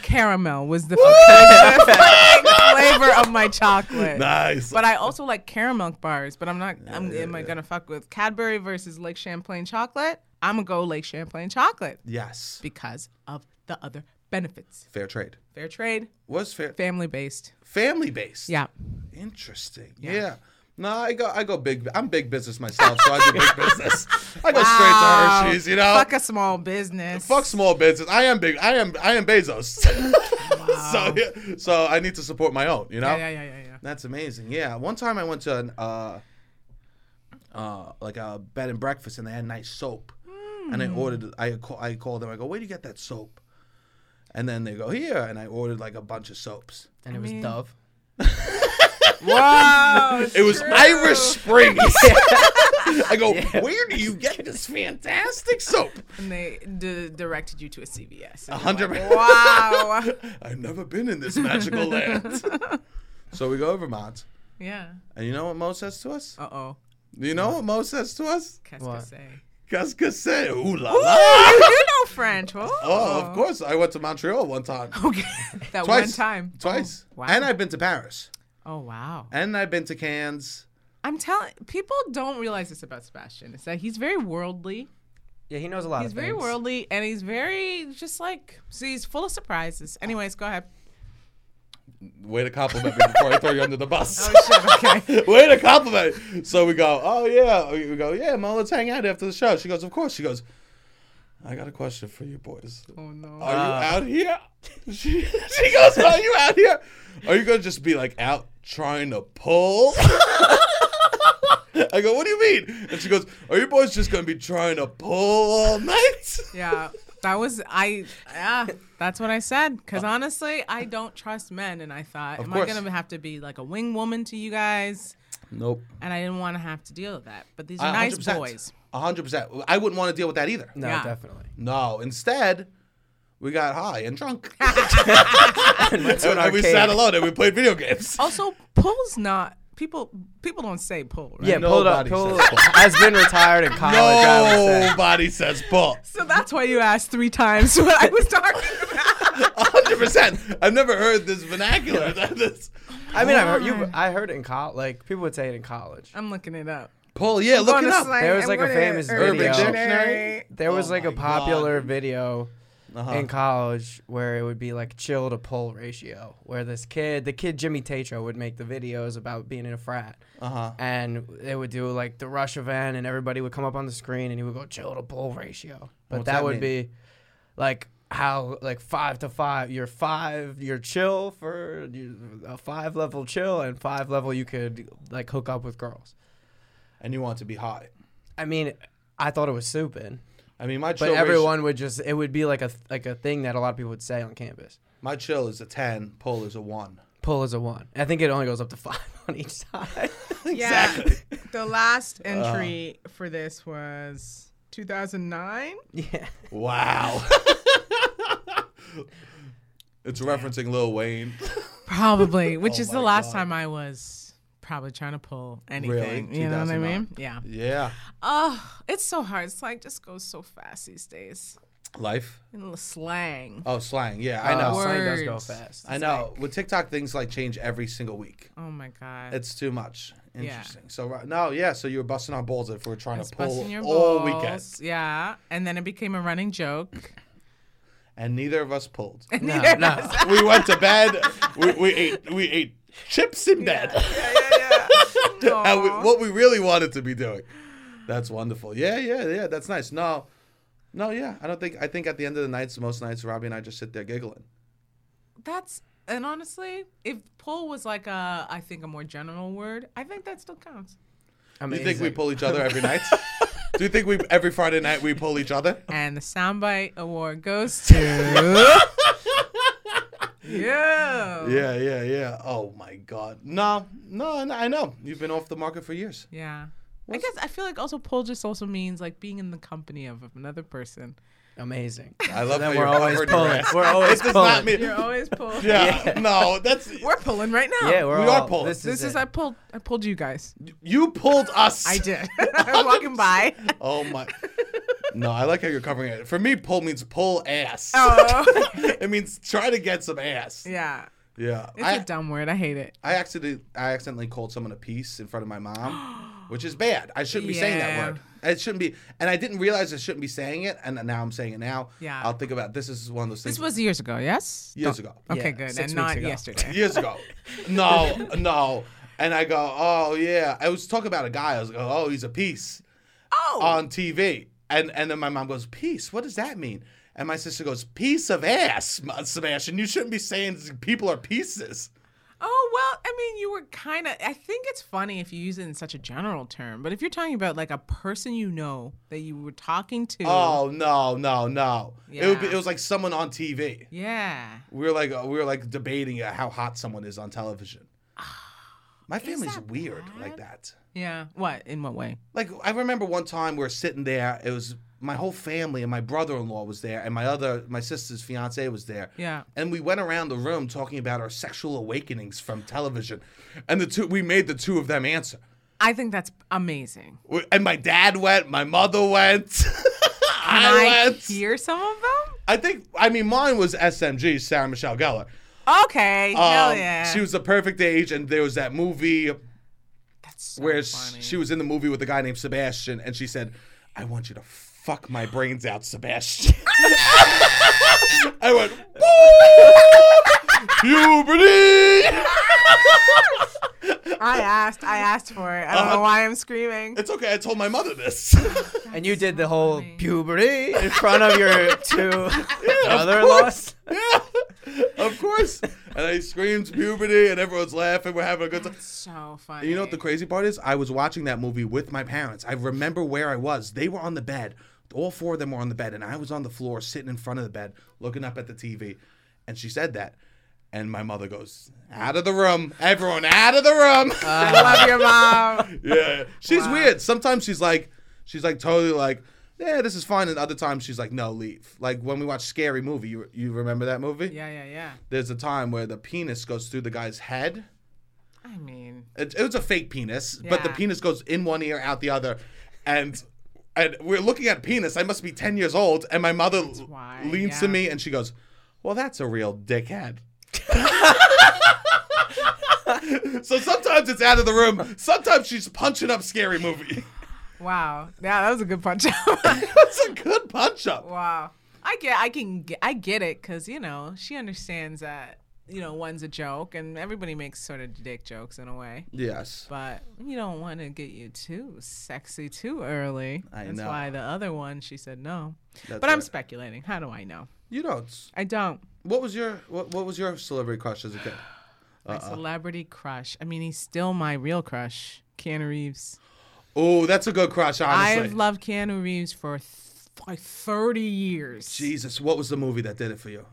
Speaker 3: caramel was the fucking [LAUGHS] flavor of my chocolate.
Speaker 1: Nice.
Speaker 3: But I also like caramel bars. But I'm not. I'm, am I gonna fuck with Cadbury versus Lake Champlain chocolate? I'm gonna go Lake Champlain chocolate
Speaker 1: yes.
Speaker 3: because of the other benefits.
Speaker 1: Fair trade.
Speaker 3: Fair trade,
Speaker 1: Was fair
Speaker 3: family based.
Speaker 1: family based.
Speaker 3: Yeah.
Speaker 1: Interesting. Yeah. No, I go. I go big. I'm big business myself, so I do
Speaker 3: [LAUGHS]
Speaker 1: big business. I go straight to Hershey's. You know,
Speaker 3: Fuck a small business.
Speaker 1: fuck small business. I am big. I am. I am Bezos. [LAUGHS] so yeah, so I need to support my own. You know.
Speaker 3: Yeah, yeah, yeah, yeah, yeah.
Speaker 1: That's amazing. Yeah. One time I went to an uh, uh, like a bed and breakfast, and they had nice soap, and I ordered. I call, I called them. I go, where do you get that soap? And then they go here, and I ordered like a bunch of soaps.
Speaker 2: And it was
Speaker 3: mean-
Speaker 2: Dove.
Speaker 3: Wow.
Speaker 1: It was Irish Springs. [LAUGHS] I go, where do you get this fantastic soap?
Speaker 3: And they d- directed you to a CVS.
Speaker 1: A [LAUGHS] hundred. [LAUGHS]
Speaker 3: Wow.
Speaker 1: I've never been in this magical land. so we go to Vermont,
Speaker 3: yeah.
Speaker 1: and you know what Mo says to us?
Speaker 3: Uh oh.
Speaker 1: You know what Mo says to us?
Speaker 3: Qu'est-ce que
Speaker 2: What?
Speaker 3: c'est?
Speaker 1: Qu'est-ce que c'est? Ooh la
Speaker 3: Oh,
Speaker 1: la.
Speaker 3: you know French. Oh,
Speaker 1: Oh, of course. I went to Montreal one
Speaker 3: [LAUGHS]
Speaker 1: time.
Speaker 3: Okay. That
Speaker 1: Twice.
Speaker 3: one time.
Speaker 1: Twice.
Speaker 3: Oh, wow.
Speaker 1: And I've been to Paris.
Speaker 3: Oh, wow.
Speaker 1: And I've been to Cannes.
Speaker 3: I'm telling people don't realize this about Sebastian. It's that he's very worldly.
Speaker 2: Yeah, he knows a lot
Speaker 3: He's
Speaker 2: of
Speaker 3: very
Speaker 2: things.
Speaker 3: worldly and he's very just like so he's full of surprises. Anyways, go ahead.
Speaker 1: Way to compliment me before I throw you under the
Speaker 3: [LAUGHS]
Speaker 1: bus.
Speaker 3: Oh, Okay.
Speaker 1: [LAUGHS] Way to compliment. So we go, oh yeah. We go, yeah, Mo, let's hang out after the show. She goes, of course. She goes, I got a question for you boys.
Speaker 3: Oh no.
Speaker 1: Are
Speaker 2: Uh,
Speaker 1: you out here? [LAUGHS] She, she goes, are you out here? Are you gonna just be like out trying to pull? [LAUGHS] I go, what do you mean? And she goes, are you boys just gonna be trying to pull all night?
Speaker 3: [LAUGHS] yeah. That was I yeah, that's what I said
Speaker 2: Oh.
Speaker 3: cuz honestly, I don't trust men and I thought am
Speaker 1: course.
Speaker 3: I going to have to be like a wing woman to you guys?
Speaker 1: Nope.
Speaker 3: And I didn't want to have to deal with that. But these
Speaker 1: A
Speaker 3: are nice
Speaker 1: hundred percent.
Speaker 3: boys.
Speaker 1: A hundred percent. I wouldn't want to deal with that either.
Speaker 2: No,
Speaker 3: Yeah.
Speaker 2: definitely.
Speaker 1: No. Instead, we got high and drunk.
Speaker 2: [LAUGHS] And went to an
Speaker 1: and we
Speaker 2: arcade. Oh
Speaker 1: sat alone and we played video games.
Speaker 3: Also, pull's not people people don't say pull, right?
Speaker 2: Yeah, pulled up.
Speaker 1: Nobody
Speaker 2: Pulled
Speaker 1: says
Speaker 2: up. [LAUGHS] Has been retired in college. I would say.
Speaker 1: Nobody Oh, says pull.
Speaker 3: So that's why you asked three times [LAUGHS] what I was talking
Speaker 2: [LAUGHS]
Speaker 1: [LAUGHS]
Speaker 3: about.
Speaker 1: A hundred percent. I've never heard this vernacular. [LAUGHS] this
Speaker 2: I mean, I heard, you,
Speaker 3: God.
Speaker 2: I heard it in college. Like people would say it in college.
Speaker 3: I'm looking it up.
Speaker 1: pull. Yeah, look it up.
Speaker 2: There was, like, a famous video. There
Speaker 1: Oh
Speaker 2: was like a
Speaker 1: my God.
Speaker 2: popular video
Speaker 1: Uh-huh.
Speaker 2: in college where it would be like chill to pull ratio, where this kid, the kid Jimmy Tatro, would make the videos about being in a frat,
Speaker 1: Uh-huh.
Speaker 2: and they would do like the rush event, and everybody would come up on the screen, and he would go chill to pull ratio, but
Speaker 1: What's
Speaker 2: that,
Speaker 1: that
Speaker 2: would
Speaker 1: mean?
Speaker 2: be like. How like five to five? You're five. You're chill for you, a five level chill, and five level you could like hook up with girls.
Speaker 1: And you want to be high.
Speaker 2: I mean, I thought it was stupid.
Speaker 1: I mean, my chill.
Speaker 2: But
Speaker 1: ratio-
Speaker 2: everyone would just it would be like a like a thing that a lot of people would say on campus.
Speaker 1: my chill is a ten. Pull is a one.
Speaker 2: Pull is a one. I think it only goes up to [LAUGHS] five on each side. [LAUGHS]
Speaker 1: Exactly. Uh-huh.
Speaker 3: Yeah. The
Speaker 1: [LAUGHS]
Speaker 3: last entry for this was 2009. [LAUGHS]
Speaker 2: yeah.
Speaker 1: Wow. [LAUGHS] it's referencing Lil Wayne.
Speaker 3: Probably, which is
Speaker 1: Oh my
Speaker 3: the last
Speaker 1: God.
Speaker 3: time I was probably trying to pull anything.
Speaker 1: Really?
Speaker 3: You know what I
Speaker 1: 2009?
Speaker 3: mean? Yeah.
Speaker 1: Yeah.
Speaker 3: Oh, it's so hard. Slang just goes so fast these days.
Speaker 1: Life.
Speaker 3: And the slang.
Speaker 1: Oh, slang. Yeah, I know.
Speaker 2: Uh, slang does go
Speaker 3: Words. [LAUGHS]
Speaker 2: fast.
Speaker 1: I know. With TikTok, things like change every single week.
Speaker 3: Oh my God.
Speaker 1: It's too much. Interesting. So right no, yeah. So you were busting our balls if we were trying
Speaker 3: It's
Speaker 1: to pull
Speaker 3: busting your
Speaker 1: all
Speaker 3: balls.
Speaker 1: weekend,
Speaker 3: Yeah. And then it became a running joke.
Speaker 1: and neither of us pulled.
Speaker 2: No,
Speaker 3: Yeah.
Speaker 2: no.
Speaker 1: [LAUGHS] we went to bed. We, we ate we ate chips in bed.
Speaker 3: [LAUGHS] yeah, yeah.
Speaker 1: [LAUGHS] How we-
Speaker 3: Aw.
Speaker 1: what we really wanted to be doing. That's wonderful. Yeah, yeah, yeah. That's nice. No, no, yeah. I don't think. I think at the end of the nights, most nights, Robbie and I just sit there giggling.
Speaker 3: That's and honestly, if pull was like a, I think a more general word, I think that still counts.
Speaker 1: You think we
Speaker 2: Amazing.
Speaker 1: pull each other every night? Do you think we every Friday night we pull each other?
Speaker 3: And the soundbite award goes to you. Yeah.
Speaker 1: Yeah, yeah, yeah. Oh my God. No, no, no, I know. You've been off the market for years.
Speaker 3: I guess I feel like also poll just also means like being in the company of another person.
Speaker 2: Amazing.
Speaker 1: I love
Speaker 2: then
Speaker 1: how
Speaker 2: we're
Speaker 1: you're
Speaker 2: always
Speaker 1: covered in
Speaker 2: pulling.
Speaker 1: rest.
Speaker 2: We're always
Speaker 1: It does
Speaker 2: pulling.
Speaker 1: not mean.
Speaker 3: You're always [LAUGHS]
Speaker 1: [LAUGHS]
Speaker 3: pulled.
Speaker 1: yeah,
Speaker 2: Yeah.
Speaker 1: no, that's
Speaker 3: We're pulling right now.
Speaker 2: Yeah, we're
Speaker 1: We are
Speaker 2: all,
Speaker 1: pulling.
Speaker 2: This,
Speaker 3: this is,
Speaker 2: it.
Speaker 3: I pulled I pulled you guys.
Speaker 1: you pulled us.
Speaker 3: I did. [LAUGHS] I'm walking by.
Speaker 1: Oh my. No, I like how you're covering it. For me, pull means pull ass.
Speaker 3: Oh.
Speaker 1: [LAUGHS] it means try to get some ass.
Speaker 3: yeah.
Speaker 1: Yeah.
Speaker 3: It's a
Speaker 1: I,
Speaker 3: dumb word. I hate it.
Speaker 1: I accidentally I accidentally called someone a piece in front of my
Speaker 3: [GASPS]
Speaker 1: mom, which is bad. I shouldn't be saying that
Speaker 3: Yeah.
Speaker 1: word. It shouldn't be, and I didn't realize I shouldn't be saying it, and now I'm saying it now.
Speaker 3: Yeah.
Speaker 1: I'll think about this. Is one of those things.
Speaker 3: This was years ago, yes?
Speaker 1: years ago.
Speaker 3: Okay,
Speaker 2: Yeah,
Speaker 3: good.
Speaker 2: six weeks
Speaker 3: And not
Speaker 1: [LAUGHS]
Speaker 2: ago.
Speaker 3: yesterday.
Speaker 1: years
Speaker 3: [LAUGHS]
Speaker 1: ago. No, no. And I go, oh yeah. I was talking about a guy. I was like, oh, he's a piece
Speaker 3: Oh.
Speaker 1: on TV. And and then my mom goes, peace. What does that mean? And my sister goes, piece of ass, M- Sebastian. You shouldn't be saying people are pieces.
Speaker 3: Oh, well, I mean, you were kind of. I think it's funny if you use it in such a general term, but if you're talking about like a person you know that you were talking to.
Speaker 1: Oh no, no, no. It would be,
Speaker 3: Yeah.
Speaker 1: it was like someone on TV.
Speaker 3: Yeah.
Speaker 1: We were like uh, we were like debating uh, how hot someone is on television. My family's
Speaker 3: Ah, that
Speaker 1: weird like
Speaker 3: bad?
Speaker 1: that.
Speaker 3: Yeah. What? In what way?
Speaker 1: Like I remember one time we were sitting there. It was my whole family and my brother-in-law was there, and my other my sister's fiance was there.
Speaker 3: Yeah.
Speaker 1: And we went around the room talking about our sexual awakenings from television, and the two we made the two of them answer.
Speaker 3: I think that's amazing.
Speaker 1: We- And my dad went, my mother went, [LAUGHS]
Speaker 3: Can
Speaker 1: I
Speaker 3: I
Speaker 1: went.
Speaker 3: hear some of them?
Speaker 1: I think I mean mine was SMG Sarah Michelle Gellar.
Speaker 3: Okay.
Speaker 1: Um,
Speaker 3: hell yeah.
Speaker 1: She was the perfect age, and there was that movie
Speaker 3: that's so
Speaker 1: where
Speaker 3: funny.
Speaker 1: she was in the movie with a guy named Sebastian, and she said, "I want you to fuck my brains out, Sebastian." [LAUGHS] I went, "Woo! puberty."
Speaker 3: I asked. I asked for it. I don't know why I'm
Speaker 1: [LAUGHS]
Speaker 3: screaming.
Speaker 1: Uh-huh. it's okay. I told my mother this. [LAUGHS]
Speaker 2: and you did the whole puberty in front of your two [LAUGHS] brother-in-laws.
Speaker 1: yeah, of course. And I screamed puberty, and everyone's laughing. We're having a good time.
Speaker 3: So funny.
Speaker 1: And you know what the crazy part is? I was watching that movie with my parents. I remember where I was. They were on the bed. All four of them were on the bed, and I was on the floor sitting in front of the bed, looking up at the TV. And she said that. And my mother goes, Out of the room. Everyone out of the room.
Speaker 3: I love your mom.
Speaker 1: [LAUGHS] yeah. She's weird. Sometimes she's like, she's like totally like, yeah, this is fine. And other times she's like, no, leave. Like when we watch Scary Movie, you, you remember that movie?
Speaker 3: Yeah, yeah, yeah.
Speaker 1: There's a time where the penis goes through the guy's head.
Speaker 3: I mean,
Speaker 1: it, it was a fake penis, but the
Speaker 3: Yeah.
Speaker 1: penis goes in one ear, out the other, and and we're looking at penis. I must be ten years old, and my mother
Speaker 3: why,
Speaker 1: leans to
Speaker 3: yeah.
Speaker 1: me and she goes, "Well, that's a real
Speaker 3: [LAUGHS]
Speaker 1: dickhead." so sometimes it's out of the room. Sometimes she's punching up scary movie. [LAUGHS]
Speaker 3: wow. Yeah, that was a good punch out. [LAUGHS]
Speaker 1: that's a good punch up.
Speaker 3: Wow. I get I can get, I get it cuz you know, she understands that you know, one's a joke and everybody makes sort of dick jokes in a way.
Speaker 1: Yes.
Speaker 3: But you don't want to get you too sexy too early.
Speaker 1: I
Speaker 3: That's
Speaker 1: know.
Speaker 3: why the other one she said no.
Speaker 1: That's
Speaker 3: but I'm
Speaker 1: right.
Speaker 3: speculating. How do I know?
Speaker 1: You know, it's-
Speaker 3: I don't.
Speaker 1: what was your what, what was your celebrity crush as a kid?
Speaker 3: My
Speaker 1: Uh-uh.
Speaker 3: celebrity crush. I mean, he's still my real crush, Keanu Reeves.
Speaker 1: Oh, that's a good crush, honestly.
Speaker 3: I've loved Keanu Reeves for th- like 30 years.
Speaker 1: Jesus, what was the movie that did it for you?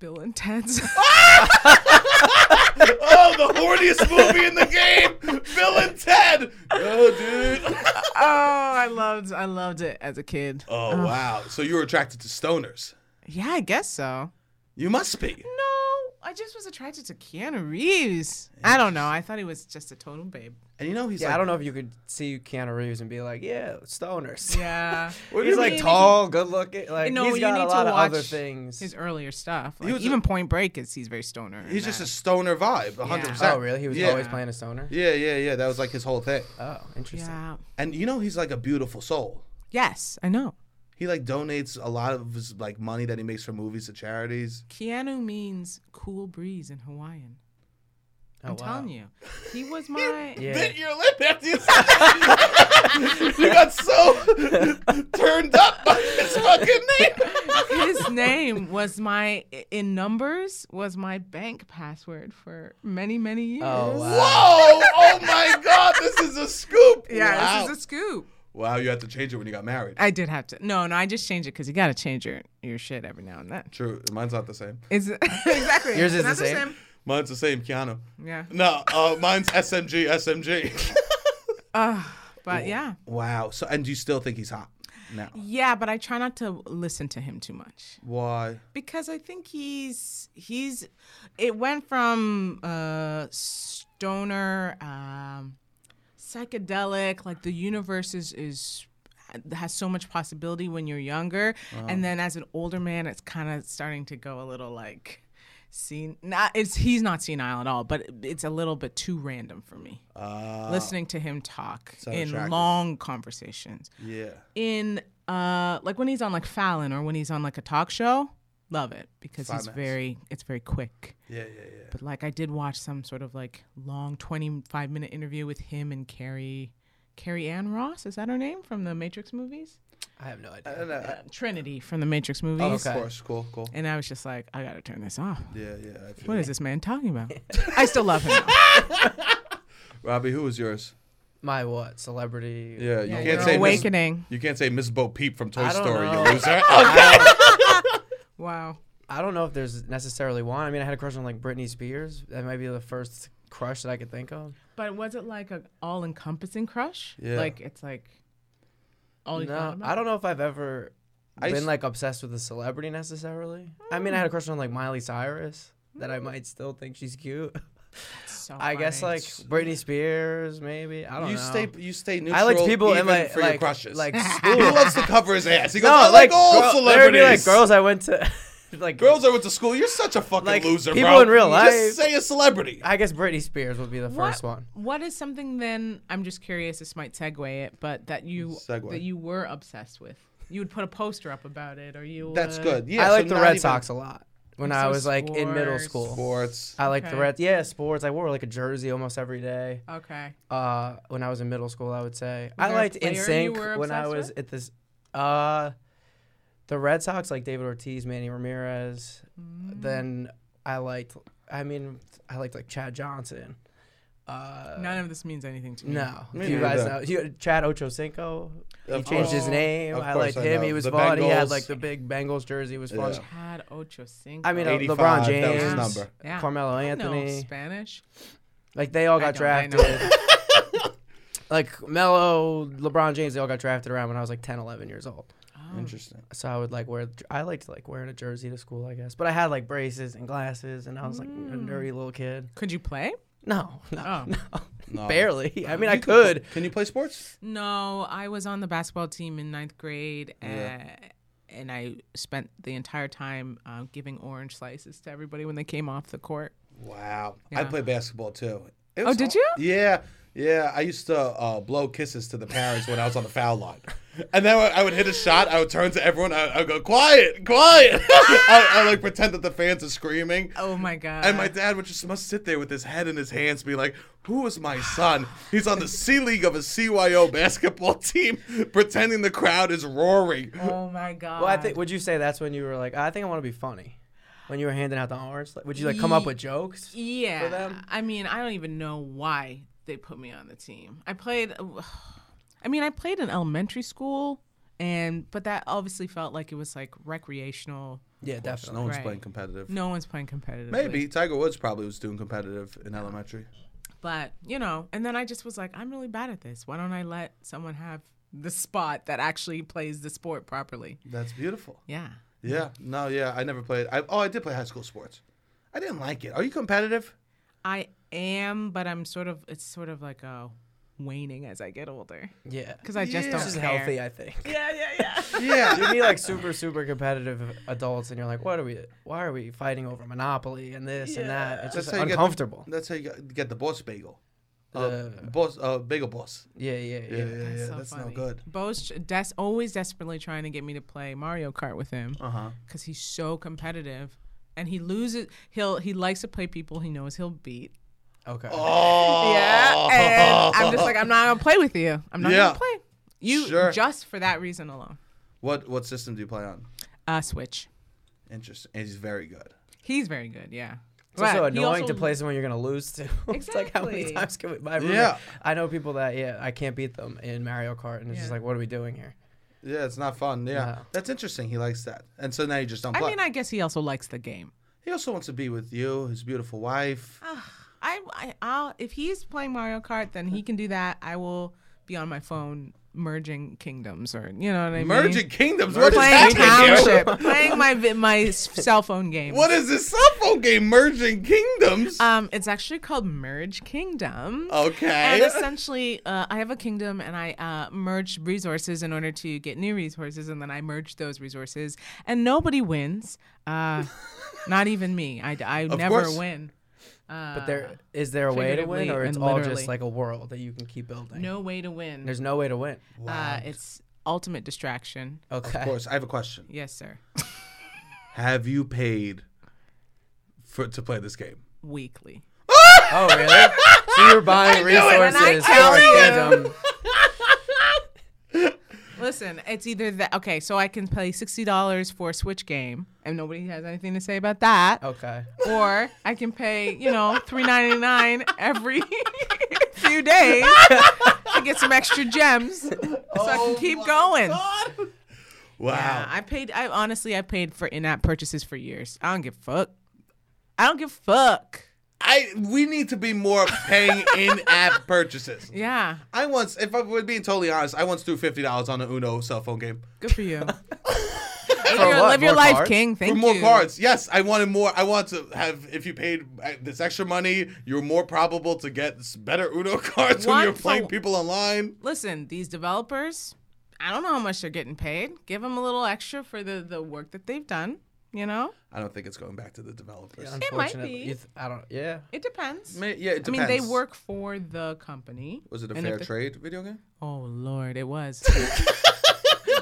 Speaker 3: Bill and
Speaker 1: [LAUGHS]
Speaker 3: Ted's.
Speaker 1: Oh, the horniest movie in the game, Bill and Ted. Oh, dude.
Speaker 3: oh, I loved I loved it as a kid.
Speaker 1: [LAUGHS] Oh, wow. So you were attracted to stoners?
Speaker 3: Yeah, I guess so.
Speaker 1: You must be.
Speaker 3: No, I just was attracted to Keanu Reeves. I don't know. I thought he was just a
Speaker 1: [LAUGHS]
Speaker 3: total babe.
Speaker 1: And you know he's
Speaker 2: Yeah,
Speaker 1: like,
Speaker 2: I don't know if you could see Keanu Reeves and be like, yeah, stoners.
Speaker 3: Yeah.
Speaker 1: What do
Speaker 2: He's
Speaker 1: you
Speaker 2: like
Speaker 1: mean?
Speaker 2: tall, good looking. Like
Speaker 3: no,
Speaker 2: he's
Speaker 3: you
Speaker 2: got
Speaker 3: need
Speaker 2: a lot
Speaker 3: to
Speaker 2: of
Speaker 3: watch
Speaker 2: other things.
Speaker 3: his earlier stuff. Like,
Speaker 1: was a-
Speaker 3: even Point Break is he's very stoner.
Speaker 1: He's just a stoner vibe, a hundred
Speaker 3: Yeah.
Speaker 1: percent.
Speaker 2: oh, really? He was
Speaker 1: yeah.
Speaker 2: always playing a stoner.
Speaker 1: Yeah, yeah, yeah. That was like his whole thing.
Speaker 2: Oh, interesting.
Speaker 3: yeah.
Speaker 1: And you know he's like a beautiful soul.
Speaker 3: Yes, I know.
Speaker 1: He like donates a lot of his like money that he makes for movies to charities.
Speaker 3: Keanu means cool breeze in Hawaiian.
Speaker 2: Oh,
Speaker 3: I'm
Speaker 2: wow.
Speaker 3: telling you. He was
Speaker 1: [LAUGHS]
Speaker 3: my.
Speaker 2: Yeah.
Speaker 1: bit your lip after you said that. [LAUGHS] You got so [LAUGHS] turned up by his fucking name.
Speaker 3: His name was my in numbers was my bank password for many many years.
Speaker 2: Oh wow.
Speaker 1: Whoa! Oh
Speaker 3: [LAUGHS]
Speaker 1: my God! This is a scoop.
Speaker 3: Yeah,
Speaker 1: wow.
Speaker 3: this is a scoop.
Speaker 1: wow! You had to change it when you got married.
Speaker 3: I did have to. No, no, I just changed it because you got to change your your shit every now and then.
Speaker 1: True. Mine's not the same.
Speaker 3: Is it [LAUGHS] exactly
Speaker 2: Yours is
Speaker 3: Not
Speaker 2: the same?
Speaker 1: Mine's the same. Keanu.
Speaker 3: Yeah.
Speaker 1: No. Uh, mine's SMG. SMG.
Speaker 3: Uh, but yeah,
Speaker 1: [LAUGHS] wow. So, and do you still think he's hot? No.
Speaker 3: yeah, but I try not to listen to him too much.
Speaker 1: Why?
Speaker 3: because I think he's he's it went from uh stoner um psychedelic like the universe is is has so much possibility when you're younger
Speaker 1: Uh-huh.
Speaker 3: and then as an older man it's kind of starting to go a little like seen not it's he's not senile at all but it's a little bit too random for me
Speaker 1: Uh,
Speaker 3: listening to him talk
Speaker 1: Sound
Speaker 3: in
Speaker 1: attractive.
Speaker 3: long conversations
Speaker 1: yeah.
Speaker 3: in uh like when he's on like Fallon or when he's on like a talk show, love it because
Speaker 1: Five
Speaker 3: he's
Speaker 1: minutes.
Speaker 3: very it's very quick.
Speaker 1: Yeah. Yeah. Yeah.
Speaker 3: But like I did watch some sort of like long 25 minute interview with him and Carrie Carrie Ann Ross, is that her name from the Matrix movies?
Speaker 2: I have no
Speaker 1: I
Speaker 2: idea.
Speaker 1: don't know. I-
Speaker 3: Uh, Trinity from the Matrix
Speaker 1: oh,
Speaker 3: movies.
Speaker 1: Of course. Cool. Cool.
Speaker 3: And I was just like, I got to turn this off.
Speaker 1: Yeah. Yeah. I feel
Speaker 3: What
Speaker 1: you.
Speaker 3: is this man talking
Speaker 1: [LAUGHS]
Speaker 3: about? I still love him. though.
Speaker 1: Robbie, who was yours?
Speaker 2: My what? Celebrity.
Speaker 1: Yeah. You
Speaker 3: Yeah,
Speaker 1: can't
Speaker 3: you're
Speaker 1: say Miss-
Speaker 3: awakening.
Speaker 1: You can't say Miss Bo Peep from Toy
Speaker 2: I don't
Speaker 1: Story,
Speaker 2: know.
Speaker 1: you [LAUGHS] loser. Oh,
Speaker 3: Wow.
Speaker 2: I don't know if there's necessarily one. I mean, I had a crush on like Britney Spears. That might be the first crush that I could think of.
Speaker 3: But was it like a all encompassing crush?
Speaker 1: Yeah.
Speaker 3: Like it's like all you
Speaker 2: No,
Speaker 3: thought about?
Speaker 2: I don't know if I've ever
Speaker 1: I
Speaker 2: been
Speaker 1: s-
Speaker 2: like obsessed with a celebrity necessarily. I mean, I had a crush on like Miley Cyrus. That I might still think she's cute.
Speaker 3: So
Speaker 2: I guess
Speaker 3: funny.
Speaker 2: like Britney Spears, maybe. I don't
Speaker 1: you
Speaker 2: know.
Speaker 1: stay, you stay neutral.
Speaker 2: I liked people in
Speaker 1: even
Speaker 2: my
Speaker 1: for your
Speaker 2: like
Speaker 1: crushes.
Speaker 2: like
Speaker 1: he
Speaker 2: school.
Speaker 1: loves to cover his ass. He goes,
Speaker 2: no,
Speaker 1: I like, all
Speaker 2: girl- there would be,
Speaker 1: celebrities.
Speaker 2: like girls I went to, [LAUGHS] like
Speaker 1: girls I went to school. You're such a fucking
Speaker 2: Like,
Speaker 1: loser,
Speaker 2: people
Speaker 1: bro.
Speaker 2: in real life-
Speaker 1: Just say a celebrity.
Speaker 2: I guess Britney Spears would be the first one.
Speaker 3: What is something then? I'm just curious. This might segue it, but that you
Speaker 1: Segue.
Speaker 3: that you were obsessed with. You would put a poster up about it, or you.
Speaker 1: That's
Speaker 3: would-
Speaker 1: good. Yeah,
Speaker 2: I
Speaker 1: so
Speaker 2: liked the
Speaker 1: not
Speaker 2: Red
Speaker 1: even
Speaker 2: Sox Um, a lot when I
Speaker 3: so
Speaker 2: was like in middle
Speaker 3: sports.
Speaker 2: school.
Speaker 1: Sports.
Speaker 2: I liked the
Speaker 3: Okay.
Speaker 2: Red. Yeah, sports. I wore like a jersey almost every day.
Speaker 3: Okay.
Speaker 2: Uh, when I was in middle school, I would say
Speaker 3: Was
Speaker 2: I
Speaker 3: there a
Speaker 2: liked
Speaker 3: player
Speaker 2: In
Speaker 3: you
Speaker 2: Sync
Speaker 3: were
Speaker 2: when I
Speaker 3: obsessed
Speaker 2: was
Speaker 3: with?
Speaker 2: at this. Uh, the Red Sox like David Ortiz, Manny Ramirez.
Speaker 3: Mm.
Speaker 2: Then I liked. I mean, I liked like Chad Johnson. Uh,
Speaker 3: None of this means anything to me.
Speaker 2: No,
Speaker 1: Me
Speaker 2: you guys
Speaker 1: neither.
Speaker 2: know you, Chad Ochocinco. He
Speaker 1: Of
Speaker 2: changed
Speaker 1: course.
Speaker 2: his name.
Speaker 1: Of
Speaker 2: I
Speaker 1: course
Speaker 2: liked
Speaker 1: I
Speaker 2: him.
Speaker 1: know.
Speaker 2: He was
Speaker 1: The
Speaker 2: fun. He had
Speaker 1: Bengals.
Speaker 2: like the big Bengals jersey. He was fun.
Speaker 1: Yeah.
Speaker 3: Had Ochocinco.
Speaker 2: I mean, uh,
Speaker 1: 85,
Speaker 2: LeBron James,
Speaker 1: that was his number.
Speaker 3: Yeah.
Speaker 2: Carmelo
Speaker 3: I know
Speaker 2: Anthony.
Speaker 3: Spanish.
Speaker 2: Like they all
Speaker 3: I
Speaker 2: got
Speaker 3: don't- I know. [LAUGHS]
Speaker 2: drafted. [LAUGHS] like Melo, LeBron James, they all got drafted around when I was like 10, 11 years old.
Speaker 3: Oh,
Speaker 1: Interesting.
Speaker 2: So I would like wear. I liked like wearing a jersey to school, I guess. But I had like braces and glasses, and I was like a nerdy little kid.
Speaker 3: could you play?
Speaker 2: No, no,
Speaker 3: Mm. Oh. [LAUGHS]
Speaker 2: no.
Speaker 1: No.
Speaker 2: barely. I mean, I could.
Speaker 1: Can you play sports?
Speaker 3: No, I was on the basketball team in ninth grade,
Speaker 1: Yeah.
Speaker 3: uh, and I spent the entire time um, giving orange slices to everybody when they came off the court.
Speaker 1: Wow. I
Speaker 3: Yeah.
Speaker 1: played basketball too. It
Speaker 3: Oh,
Speaker 1: was
Speaker 3: did
Speaker 1: hard-
Speaker 3: you?
Speaker 1: Yeah. Yeah. I used to uh, blow kisses to the parents when I was on the foul line. And then I would hit a shot. I would turn to everyone. I I would go, quiet, quiet. [LAUGHS] I, I like pretend that the fans are screaming.
Speaker 3: Oh my god!
Speaker 1: And my dad would just must sit there with his head in his hands, be like, "Who is my son? He's [SIGHS] on the C League of a CYO basketball team, [LAUGHS] pretending the crowd is roaring."
Speaker 3: Oh my god!
Speaker 2: Well, I think. Would you say that's when you were like, I think I want to be funny, when you were handing out the orange? Like, would you like come up
Speaker 3: Ye-
Speaker 2: with jokes?
Speaker 3: yeah.
Speaker 2: them?
Speaker 3: I mean, I don't even know why they put me on the team. I played. [SIGHS] I mean, I played in elementary school, and but that obviously felt like it was like recreational.
Speaker 2: Yeah, definitely.
Speaker 1: No one's
Speaker 3: Right.
Speaker 1: playing competitive.
Speaker 3: No one's playing competitively.
Speaker 1: Maybe Tiger Woods probably was doing competitive in elementary.
Speaker 3: but you know. And then I just was like, I'm really bad at this. Why don't I let someone have the spot that actually plays the sport properly?
Speaker 1: That's beautiful.
Speaker 3: Yeah.
Speaker 1: Yeah. No. Yeah. I never played. I, oh, I did play high school sports. I didn't like it. Are you competitive?
Speaker 3: I am, but I'm sort of. It's sort of like a waning as I get older
Speaker 2: Yeah.
Speaker 3: because I just
Speaker 1: Yeah.
Speaker 3: don't.
Speaker 2: This is
Speaker 3: care.
Speaker 2: healthy, I think.
Speaker 3: Yeah, yeah, yeah.
Speaker 1: Yeah.
Speaker 2: You meet like super, super competitive adults, and you're like, what are we? Why are we fighting over Monopoly and this and that? It's
Speaker 1: That's
Speaker 2: just
Speaker 1: how you get-
Speaker 2: uncomfortable.
Speaker 1: [LAUGHS] That's how you got- get the boss bagel. Uh,
Speaker 2: The-
Speaker 1: boss, uh, bagel boss.
Speaker 2: yeah, yeah, yeah.
Speaker 1: Yeah, yeah, yeah.
Speaker 3: That's
Speaker 1: That's,
Speaker 3: so
Speaker 1: no
Speaker 3: funny.
Speaker 1: good.
Speaker 3: Bo's des- always desperately trying to get me to play Mario Kart with him
Speaker 1: Uh huh.
Speaker 3: because he's so competitive, and he loses. He'll he likes to play people he knows he'll beat,
Speaker 2: Okay.
Speaker 1: Oh.
Speaker 3: Yeah. And I'm just like, I'm not gonna play with you. I'm not
Speaker 1: Yeah.
Speaker 3: gonna play. You
Speaker 1: Sure.
Speaker 3: just for that reason alone.
Speaker 1: what what system do you play on?
Speaker 3: Uh Switch.
Speaker 1: Interesting. And he's very good.
Speaker 3: He's very good, yeah.
Speaker 2: It's also
Speaker 3: But he
Speaker 2: annoying
Speaker 3: also-
Speaker 2: to play someone you're gonna lose to. [LAUGHS] it's like how many
Speaker 3: Exactly.
Speaker 2: times can we? My roommate,
Speaker 1: Yeah.
Speaker 2: I know people that yeah, I can't beat them in Mario Kart, and it's just
Speaker 3: Yeah.
Speaker 2: like, what are we doing here?
Speaker 1: Yeah, it's not fun. Yeah.
Speaker 2: No.
Speaker 1: That's interesting. He likes that. And so now you just don't
Speaker 3: I
Speaker 1: play.
Speaker 3: mean, I guess he also likes the game.
Speaker 1: he also wants to be with you, his beautiful wife.
Speaker 3: Ugh, I, I, I'll if he's playing Mario Kart, then he can do that. I will be on my phone merging kingdoms, or you know what I mean.
Speaker 1: Merging Kingdoms. What is
Speaker 3: playing
Speaker 1: happening here?
Speaker 3: township, playing my vi- my s- cell phone game.
Speaker 1: What is this cell phone game, Merging Kingdoms?
Speaker 3: Um, it's actually called Merge Kingdom. And
Speaker 1: okay.
Speaker 3: essentially, uh, I have a kingdom, and I uh, merge resources in order to get new resources, and then I merge those resources, and nobody wins.
Speaker 1: [LAUGHS]
Speaker 3: Uh, not even me. I, I never
Speaker 1: course.
Speaker 3: win. Uh,
Speaker 2: But there is there a way to win,
Speaker 3: figuratively
Speaker 2: or it's
Speaker 3: and
Speaker 2: all
Speaker 3: literally.
Speaker 2: just like a world that you can keep building?
Speaker 3: no way to win.
Speaker 2: There's no way to win.
Speaker 3: Uh, it's ultimate distraction.
Speaker 1: [LAUGHS]
Speaker 2: Okay.
Speaker 1: Of course, I have a question.
Speaker 3: Yes, sir.
Speaker 1: Have you paid for to play this
Speaker 3: [LAUGHS]
Speaker 1: game?
Speaker 3: Weekly.
Speaker 2: Oh really? so you're buying
Speaker 3: When I
Speaker 2: resources for
Speaker 3: tell
Speaker 2: our
Speaker 3: you.
Speaker 2: kingdom.
Speaker 3: Listen, it's either that. Okay, so I can pay sixty dollars for a Switch game, and nobody has anything to say about that,
Speaker 2: Okay.
Speaker 3: or I can pay, you know, three ninety nine every [LAUGHS] few days to get some extra gems, so I
Speaker 1: Oh
Speaker 3: can keep going.
Speaker 1: Wow.
Speaker 3: Yeah, I paid. I honestly, I paid for in-app purchases for years. I don't give a fuck. I don't give a fuck.
Speaker 1: I we need to be more
Speaker 3: [LAUGHS]
Speaker 1: paying in app purchases.
Speaker 3: Yeah,
Speaker 1: I once, if I were being totally honest, I once threw fifty dollars on an Uno cell phone game
Speaker 3: good
Speaker 1: [LAUGHS]
Speaker 3: for you.
Speaker 2: For
Speaker 3: You're gonna
Speaker 2: what?
Speaker 3: live your
Speaker 2: More
Speaker 3: life,
Speaker 2: cards?
Speaker 3: King. Thank
Speaker 1: for more
Speaker 3: you.
Speaker 1: cards. Yes, I wanted more. I want to have. If you paid uh, this extra money, you're more probable to get s- better Uno [LAUGHS] cards when
Speaker 3: One
Speaker 1: you're playing
Speaker 3: for-
Speaker 1: people online.
Speaker 3: Listen, these developers, I don't know how much they're getting paid. Give them a little extra for the the work that they've done. You know,
Speaker 1: I don't think it's going back to the developers. Yeah,
Speaker 3: It might
Speaker 2: Unfortunately,
Speaker 3: be.
Speaker 2: you th- I don't. Yeah.
Speaker 3: it depends.
Speaker 1: yeah it
Speaker 3: I
Speaker 1: depends.
Speaker 3: mean, they work for the company.
Speaker 1: Was it a
Speaker 3: And if
Speaker 1: fair
Speaker 3: the-
Speaker 1: trade video game?
Speaker 3: Oh Lord, it was.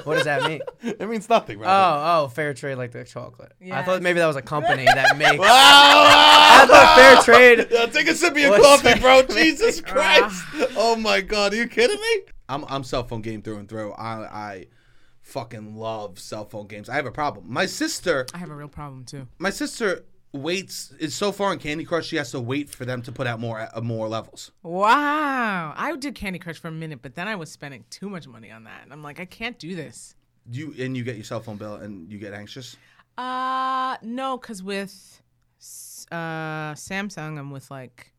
Speaker 2: What does that
Speaker 3: [LAUGHS]
Speaker 2: mean?
Speaker 1: [LAUGHS] it means nothing, right?
Speaker 2: Oh, oh, fair trade like the chocolate. I thought
Speaker 3: Yes.
Speaker 2: maybe that was a
Speaker 3: [LAUGHS]
Speaker 2: company that
Speaker 1: [LAUGHS]
Speaker 2: makes. [LAUGHS]
Speaker 1: Wow!
Speaker 2: I thought
Speaker 1: [LAUGHS]
Speaker 2: fair trade.
Speaker 1: Oh. Yeah, take a sip of your
Speaker 2: What's
Speaker 1: coffee,
Speaker 2: that?
Speaker 1: bro. [LAUGHS] Jesus Christ. Oh my God, are you kidding me? I'm I'm cell phone game through and through. I I fucking love cell phone games. I have a problem. My sister,
Speaker 3: I have a real problem too.
Speaker 1: my sister waits is so far in Candy Crush. She has to wait for them to put out more uh, more levels.
Speaker 3: Wow, I did Candy Crush for a minute, but then I was spending too much money on that, and I'm like, I can't do this.
Speaker 1: You and you get your cell phone bill and you get anxious.
Speaker 3: Uh, no, because with s- uh, Samsung, I'm with like,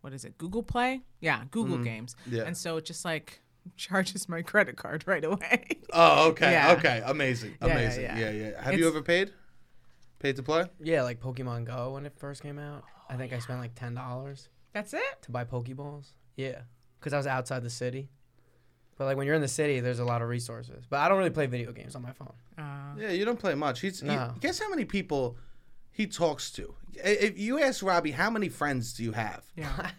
Speaker 3: what is it, Google Play? Yeah, Google Games.
Speaker 1: Mm-hmm. yeah.
Speaker 3: And so it just like [LAUGHS] charges my credit card right away. [LAUGHS]
Speaker 1: Oh, okay,
Speaker 3: Yeah.
Speaker 1: okay, amazing,
Speaker 3: yeah,
Speaker 1: amazing. Yeah,
Speaker 3: yeah.
Speaker 1: yeah. Have you
Speaker 3: It's-
Speaker 1: ever paid? Paid to play?
Speaker 2: Yeah, like Pokemon Go when it first came out. I think I spent like ten dollars
Speaker 3: That's it?
Speaker 2: to buy Pokeballs. Yeah, because I was outside the city. But like when you're in the city, there's a lot of resources. But I don't really play video games on my phone. [LAUGHS]
Speaker 3: Uh,
Speaker 1: Yeah, you don't play much. He's he-
Speaker 2: No.
Speaker 1: guess how many people he talks to. I- If you ask Robbie, how many friends do you have? [LAUGHS]
Speaker 3: yeah.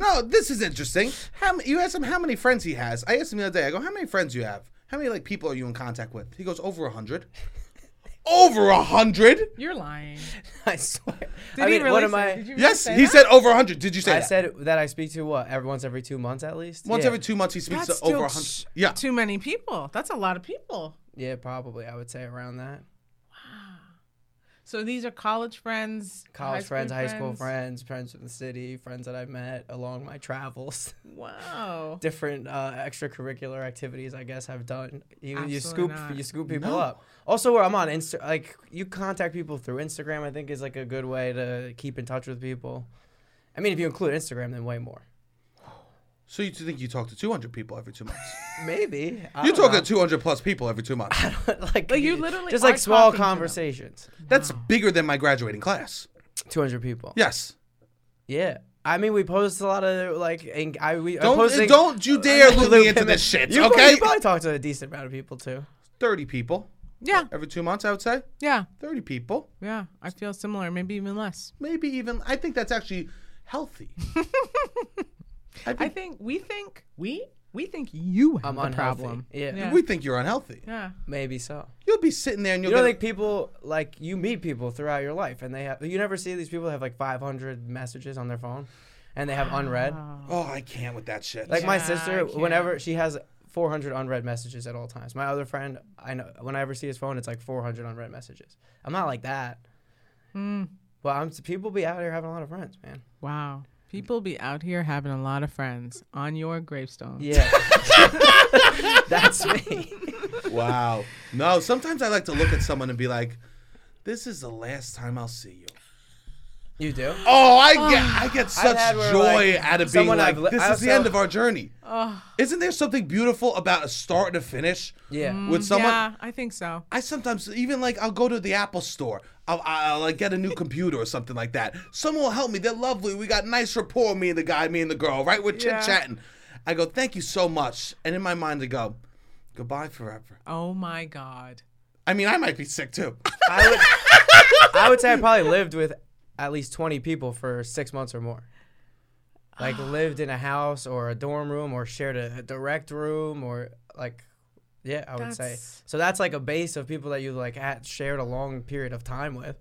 Speaker 1: No, this is interesting. How m- you ask him how many friends he has? I asked him the other day. I go, how many friends do you have? How many like people are you in contact with? He goes, over a
Speaker 3: [LAUGHS]
Speaker 1: hundred. over a hundred.
Speaker 3: You're lying.
Speaker 2: I swear.
Speaker 3: Did
Speaker 2: I
Speaker 3: he
Speaker 2: mean,
Speaker 3: really
Speaker 2: what am
Speaker 3: say-
Speaker 2: I?
Speaker 3: did you really
Speaker 1: Yes,
Speaker 3: say
Speaker 1: he
Speaker 3: that?
Speaker 1: said over a hundred. Did you say
Speaker 2: I
Speaker 1: that?
Speaker 2: said that I speak to what every once every two months at least.
Speaker 1: Once
Speaker 2: yeah.
Speaker 1: every two months, he speaks
Speaker 3: That's
Speaker 1: to over
Speaker 3: still
Speaker 1: a hundred.
Speaker 3: t-
Speaker 1: Yeah.
Speaker 3: Too many people. That's a lot of people.
Speaker 2: Yeah, probably. I would say around that.
Speaker 3: So these are college friends,
Speaker 2: College
Speaker 3: school
Speaker 2: friends, high school friends, friends from the city, friends that I've met along my travels. [LAUGHS]
Speaker 3: Wow.
Speaker 2: different uh, extracurricular activities I guess I've done. You,
Speaker 3: Absolutely
Speaker 2: you scoop
Speaker 3: not.
Speaker 2: you scoop people up. Also, where I'm on Insta, like you contact people through Instagram. I think is like a good way to keep in touch with people. I mean, if you include Instagram, then way more.
Speaker 1: So you two think you talk to two hundred people every two months?
Speaker 2: Maybe I
Speaker 1: you
Speaker 2: don't
Speaker 1: talk to two hundred plus people every two months.
Speaker 2: know. Uh, [LAUGHS] like,
Speaker 3: Like, you literally
Speaker 2: just
Speaker 3: are
Speaker 2: like small
Speaker 3: talking to them.
Speaker 2: conversations.
Speaker 1: That's bigger than my graduating class.
Speaker 2: Two hundred people.
Speaker 1: Yes.
Speaker 2: Yeah. I mean, we post a lot of like, and I we I
Speaker 1: Don't eh,
Speaker 2: posting,
Speaker 1: don't you dare
Speaker 2: [LAUGHS]
Speaker 1: loop me into this shit.
Speaker 2: You probably,
Speaker 1: okay.
Speaker 2: you probably talk to a decent amount of people too.
Speaker 1: Thirty people
Speaker 3: Yeah,
Speaker 1: every two months. I would say
Speaker 3: yeah,
Speaker 1: thirty people.
Speaker 3: yeah. I feel similar, maybe even
Speaker 2: [LAUGHS]
Speaker 3: less.
Speaker 1: maybe even I think that's actually healthy. I
Speaker 3: I
Speaker 1: think
Speaker 3: think we think we we think you have
Speaker 2: I'm
Speaker 3: the
Speaker 2: unhealthy.
Speaker 3: problem.
Speaker 2: Yeah.
Speaker 3: Yeah.
Speaker 1: we think you're unhealthy.
Speaker 3: Yeah.
Speaker 2: Maybe so.
Speaker 1: You'll be sitting there and you'll
Speaker 2: You know,
Speaker 1: get
Speaker 2: like people, like you meet people throughout your life, and they have you never see these people have like 500 messages on their phone. and they have unread.
Speaker 1: Oh, I can't with that shit.
Speaker 2: Like my
Speaker 3: Yeah, I
Speaker 2: sister,
Speaker 3: can't.
Speaker 2: whenever she has 400 unread messages at all times. My other friend, I know when I ever see his phone, it's like 400 unread messages. I'm not like that. Hmm.
Speaker 3: Mm,
Speaker 2: But I'm people be out here having a lot of friends, man.
Speaker 3: wow. People be out here having a lot of friends on your gravestone.
Speaker 2: Yeah, [LAUGHS] that's me.
Speaker 1: [LAUGHS] wow. No, sometimes I like to look at someone and be like, "This is the last time I'll see you."
Speaker 2: You do?
Speaker 1: Oh, I get I get such
Speaker 2: Um, had where,
Speaker 1: joy
Speaker 2: like,
Speaker 1: out of being
Speaker 2: someone
Speaker 1: like,
Speaker 2: I've li-
Speaker 1: "This
Speaker 2: I
Speaker 1: is the
Speaker 2: also-
Speaker 1: end of our journey." Isn't there something beautiful about a start and a finish?
Speaker 2: Yeah. Mm,
Speaker 1: With someone,
Speaker 3: Yeah, I think so.
Speaker 1: I sometimes even like I'll go to the Apple store. I'll, I'll like get a new computer or something like that. Someone will help me. They're lovely. We got nice rapport. Me and the guy, me and the girl. Right, we're
Speaker 3: Yeah.
Speaker 1: chit chatting. I go, thank you so much. And in my mind, I go, goodbye forever.
Speaker 3: Oh my God.
Speaker 1: I mean, I might be sick too.
Speaker 2: I would, I would say I probably lived with at least 20 people for six months or more.
Speaker 3: [SIGHS]
Speaker 2: Like lived in a house or a dorm room or shared a, a direct room or like, yeah, I would
Speaker 3: That's-
Speaker 2: say. So that's like a base of people that you like at, shared a long period of time with.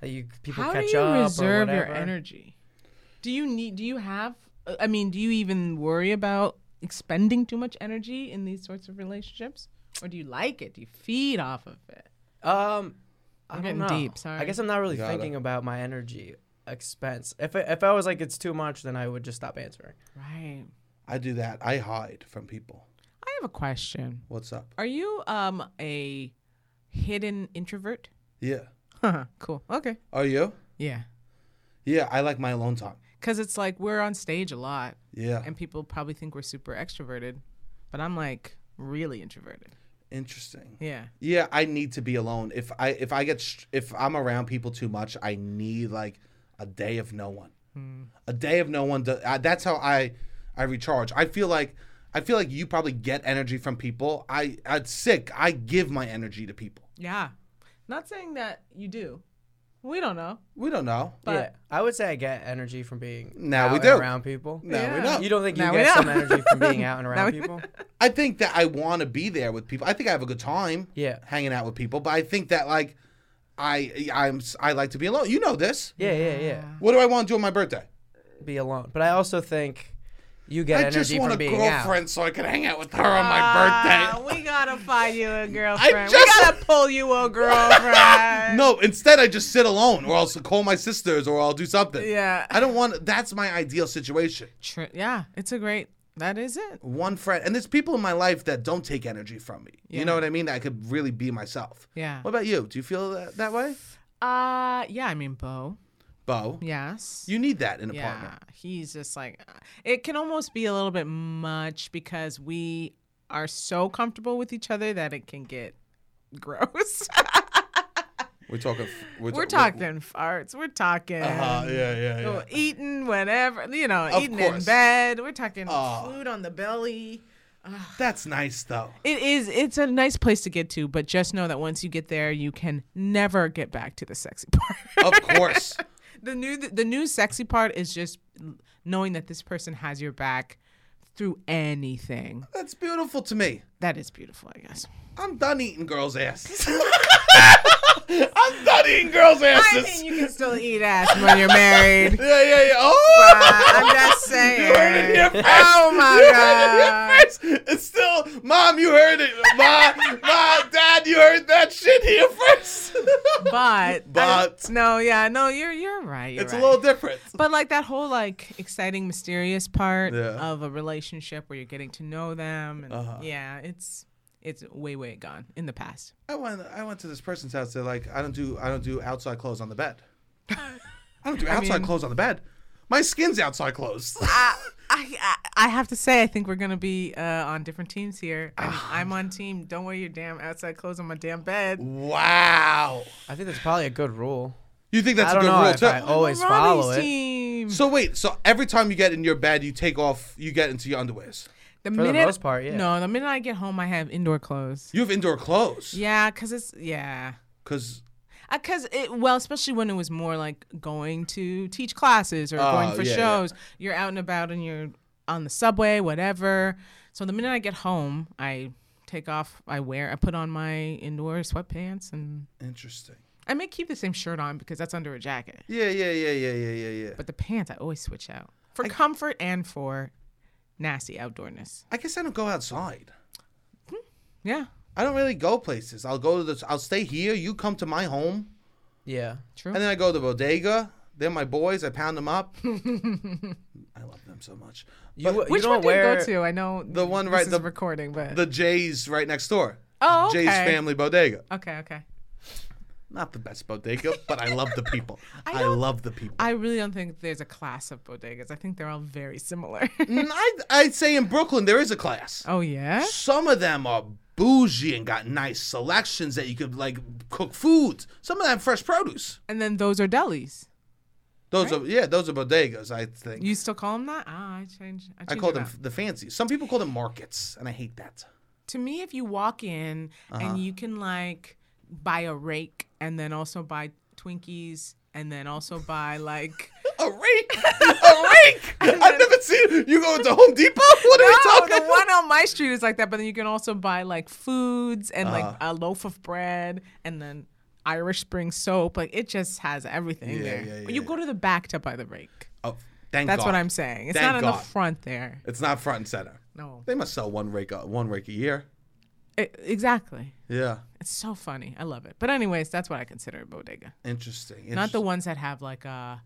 Speaker 2: That you people
Speaker 3: How
Speaker 2: catch
Speaker 3: do you
Speaker 2: up
Speaker 3: reserve
Speaker 2: or
Speaker 3: your
Speaker 2: whatever.
Speaker 3: energy? Do you need? Do you have? uh, I mean, do you even worry about expending too much energy in these sorts of relationships, or do you like it? Do you feed off of it?
Speaker 2: Um, I'm
Speaker 3: getting deep, sorry.
Speaker 2: I guess I'm not really
Speaker 1: Got it.
Speaker 2: thinking about my energy expense. If I, if I was like it's too much, then I would just stop answering.
Speaker 3: Right.
Speaker 1: I do that. I hide from people.
Speaker 3: I have a question.
Speaker 1: What's up?
Speaker 3: Are you um a hidden introvert?
Speaker 1: Yeah.
Speaker 3: cool. Okay.
Speaker 1: Are you?
Speaker 3: Yeah.
Speaker 1: Yeah, I like my alone time.
Speaker 3: Because it's like we're on stage a lot,
Speaker 1: Yeah.
Speaker 3: and people probably think we're super extroverted, but I'm like really introverted.
Speaker 1: Interesting.
Speaker 3: Yeah.
Speaker 1: Yeah, I need to be alone. If I if I get str- if I'm around people too much, I need like a day of no one. A day of no one. Do, uh, that's how I I recharge. I feel like I feel like you probably get energy from people. I I'm sick. I give my energy to people.
Speaker 3: Yeah. Not saying that you do. We don't know.
Speaker 1: We don't know.
Speaker 3: But
Speaker 2: yeah, I would say I get energy from being
Speaker 1: Now
Speaker 2: out
Speaker 1: we
Speaker 2: and
Speaker 1: do.
Speaker 2: around people.
Speaker 1: No, we
Speaker 3: Yeah.
Speaker 1: don't.
Speaker 2: You don't think you
Speaker 3: Now we
Speaker 2: get some
Speaker 3: know.
Speaker 2: energy from being out [LAUGHS] and
Speaker 3: Now
Speaker 2: around
Speaker 3: we-
Speaker 2: people?
Speaker 1: I think that I want to be there with people. I think I have a good time.
Speaker 2: Yeah.
Speaker 1: hanging out with people. But I think that like I I'm I like to be alone. You know this.
Speaker 2: Yeah, yeah, yeah.
Speaker 1: What do I want to do on my birthday?
Speaker 2: Be alone. But I also think you get
Speaker 1: I
Speaker 2: energy
Speaker 1: just want
Speaker 2: from
Speaker 1: a
Speaker 2: being
Speaker 1: girlfriend so I can hang out with her on my
Speaker 3: Ah,
Speaker 1: birthday.
Speaker 3: we gotta
Speaker 1: [LAUGHS]
Speaker 3: find you a girlfriend. we
Speaker 1: just-
Speaker 3: gotta pull
Speaker 1: [LAUGHS]
Speaker 3: you a girlfriend.
Speaker 1: No, instead I just sit alone, or I'll call my sisters, or I'll do something.
Speaker 3: Yeah.
Speaker 1: I don't want. That's my ideal situation.
Speaker 3: Tr- yeah, it's a great. That is it.
Speaker 1: One friend, and there's people in my life that don't take energy from me. You know
Speaker 3: Yeah.
Speaker 1: what I mean? That I could really be myself.
Speaker 3: Yeah.
Speaker 1: What about you? Do you feel that, that way,
Speaker 3: Uh, yeah. I mean, Bo.
Speaker 1: Bo?
Speaker 3: Yes.
Speaker 1: You need that in a
Speaker 3: yeah.
Speaker 1: partner.
Speaker 3: He's just like. uh, It can almost be a little bit much because we are so comfortable with each other that it can get [LAUGHS] gross.
Speaker 1: We're talking. f-
Speaker 3: we're talking farts. We're talking.
Speaker 1: Uh-huh, yeah, yeah, yeah.
Speaker 3: Oh, eating whenever you know
Speaker 1: Of
Speaker 3: eating
Speaker 1: course.
Speaker 3: in bed we're talking
Speaker 1: Oh.
Speaker 3: food on the belly
Speaker 1: That's nice though.
Speaker 3: it is it's a nice place to get to but just know that once you get there you can never get back to the sexy [LAUGHS] part
Speaker 1: Of
Speaker 3: [LAUGHS]
Speaker 1: course.
Speaker 3: the new the new sexy part is just knowing that this person has your back through anything
Speaker 1: That's beautiful to me.
Speaker 3: that is beautiful i guess
Speaker 1: I'm done eating girls'
Speaker 3: [LAUGHS]
Speaker 1: asses. I'm done eating girls'
Speaker 3: i
Speaker 1: asses.
Speaker 3: mean you can still eat ass [LAUGHS] when you're [LAUGHS] married
Speaker 1: yeah, yeah, yeah. Oh,
Speaker 3: i'm just
Speaker 1: [LAUGHS] you heard it here
Speaker 3: saying
Speaker 1: first.
Speaker 3: oh
Speaker 1: [LAUGHS]
Speaker 3: my
Speaker 1: you
Speaker 3: god
Speaker 1: Heard it here first. It's still, mom, you heard it. Ma, ma, dad, you heard that shit here first.
Speaker 3: but
Speaker 1: But.
Speaker 3: I- no, yeah, no, you're you're right.
Speaker 1: [LAUGHS]
Speaker 3: you're
Speaker 1: it's a
Speaker 3: right.
Speaker 1: little different.
Speaker 3: But like that whole like exciting, mysterious part
Speaker 1: Yeah.
Speaker 3: of a relationship where you're getting to know them, and
Speaker 2: Uh-huh.
Speaker 3: yeah, it's it's way way gone in the past.
Speaker 1: I went, I went to this person's house. They're like, I don't do, I don't do outside clothes on the
Speaker 3: [LAUGHS]
Speaker 1: bed. I don't do outside
Speaker 3: mean-
Speaker 1: clothes on the bed. My skin's outside clothes. [LAUGHS]
Speaker 3: I, I I have to say I think we're gonna be uh, on different teams here.
Speaker 2: [SIGHS]
Speaker 3: And I'm on team. Don't wear your damn outside clothes on my damn bed.
Speaker 1: wow.
Speaker 2: out. I think that's probably a good rule.
Speaker 1: You think that's
Speaker 2: I
Speaker 1: a
Speaker 2: don't
Speaker 1: good
Speaker 2: know
Speaker 1: rule
Speaker 2: if
Speaker 1: too?
Speaker 2: I always
Speaker 3: We're on
Speaker 2: follow
Speaker 3: these
Speaker 2: it.
Speaker 3: team.
Speaker 1: So wait, so every time you get in your bed, you take off, you get into your underweers's.
Speaker 2: the
Speaker 3: The minute,
Speaker 2: most part, yeah.
Speaker 3: No, the minute I get home, I have indoor clothes.
Speaker 2: [LAUGHS]
Speaker 1: You have indoor clothes.
Speaker 3: Yeah, cause it's yeah.
Speaker 1: Cause
Speaker 3: because it well especially when it was more like going to teach classes or
Speaker 1: Oh,
Speaker 3: going for
Speaker 1: yeah, yeah.
Speaker 3: shows you're out and about and you're on the subway whatever so the minute i get home i take off i wear i put on my indoor sweatpants and
Speaker 1: interesting.
Speaker 3: i may keep the same shirt on because that's under a jacket
Speaker 1: Yeah, yeah, yeah, yeah, yeah, yeah, yeah.
Speaker 3: but the pants i always switch out for comfort and for nasty outdoorness.
Speaker 1: I guess I don't go outside.
Speaker 3: Yeah,
Speaker 1: I don't really go places. I'll go to this. I'll stay here. You come to my home,
Speaker 2: Yeah.
Speaker 3: true.
Speaker 1: and then I go to bodega. They're my boys. I pound them up. I love them so much.
Speaker 2: You, you
Speaker 3: Which
Speaker 2: don't
Speaker 3: one do you
Speaker 2: wear,
Speaker 3: go to? I know
Speaker 1: The one
Speaker 3: this
Speaker 1: right-
Speaker 3: is
Speaker 1: the-
Speaker 3: recording, but
Speaker 1: The Jays right next door.
Speaker 3: oh, okay.
Speaker 1: Jay's family bodega.
Speaker 3: Okay, okay.
Speaker 1: Not the best bodega, but I love the people. I,
Speaker 3: don't-
Speaker 1: love the people.
Speaker 3: I really don't think there's a class of bodegas. I think they're all very similar. [LAUGHS]
Speaker 1: Mm, I, I'd say in Brooklyn there is a class.
Speaker 3: oh yeah.
Speaker 1: Some of them are bougie and got nice selections that you could like cook food. Some of them fresh produce.
Speaker 3: And then those are delis.
Speaker 1: Those are yeah, those are bodegas. I think
Speaker 3: You still call them that? Ah, I changed. I, changed
Speaker 1: I
Speaker 3: it
Speaker 1: call them
Speaker 3: up.
Speaker 1: the fancy. Some people call them markets, and I hate that.
Speaker 3: [LAUGHS] to me, if you walk in
Speaker 1: Uh-huh.
Speaker 3: and you can like buy a rake and then also buy Twinkies and then also buy like
Speaker 1: A rake, [LAUGHS] a rake. [LAUGHS]
Speaker 3: [LAUGHS]
Speaker 1: I've never seen you go into Home Depot. What are
Speaker 3: oh,
Speaker 1: you
Speaker 3: the
Speaker 1: talking?
Speaker 3: one on my street is like that, but then you can also buy like foods and
Speaker 1: Uh-huh.
Speaker 3: like a loaf of bread and then Irish Spring soap. Like it just has everything
Speaker 1: Yeah,
Speaker 3: there.
Speaker 1: yeah,
Speaker 3: But
Speaker 1: yeah,
Speaker 3: you go to the back to buy the rake.
Speaker 1: Oh, thank
Speaker 3: That's
Speaker 1: God.
Speaker 3: what I'm saying. It's
Speaker 1: Thank
Speaker 3: not in
Speaker 1: God.
Speaker 3: the front there.
Speaker 1: It's not front and center.
Speaker 3: No.
Speaker 1: They must sell one rake, a, one rake a year.
Speaker 3: E- exactly.
Speaker 1: Yeah,
Speaker 3: It's so funny. I love it. But anyways, that's what I consider a bodega.
Speaker 1: interesting.
Speaker 3: Not the
Speaker 1: interesting.
Speaker 3: ones that have like a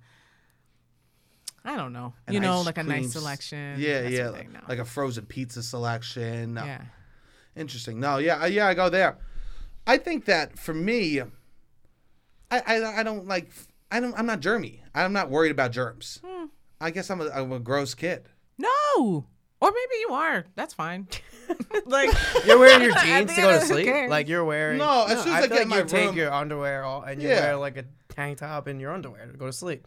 Speaker 3: I don't know.
Speaker 1: And
Speaker 3: you know,
Speaker 1: ice
Speaker 3: like a
Speaker 1: creams.
Speaker 3: nice selection.
Speaker 1: Yeah,
Speaker 3: that sort
Speaker 1: yeah,
Speaker 3: of
Speaker 1: like,
Speaker 3: thing, no.
Speaker 1: like a frozen pizza selection. No.
Speaker 3: yeah.
Speaker 1: Interesting. No, yeah, I- yeah, I go there. I think that for me, I I, I don't like I don't I'm not germy. I'm not worried about germs. I guess I'm a, I'm a gross kid.
Speaker 3: No. Or maybe you are. That's
Speaker 1: [LAUGHS]
Speaker 3: fine. like
Speaker 2: [LAUGHS] You're wearing your jeans
Speaker 3: think
Speaker 2: to go
Speaker 3: I
Speaker 2: to
Speaker 3: don't
Speaker 2: sleep.
Speaker 3: care.
Speaker 2: Like you're wearing.
Speaker 1: No, as soon as I
Speaker 2: feel
Speaker 1: get in
Speaker 2: like you
Speaker 1: my
Speaker 2: take
Speaker 1: room-
Speaker 2: your underwear all, and you
Speaker 1: Yeah.
Speaker 2: wear like a tank top and your underwear to go to sleep.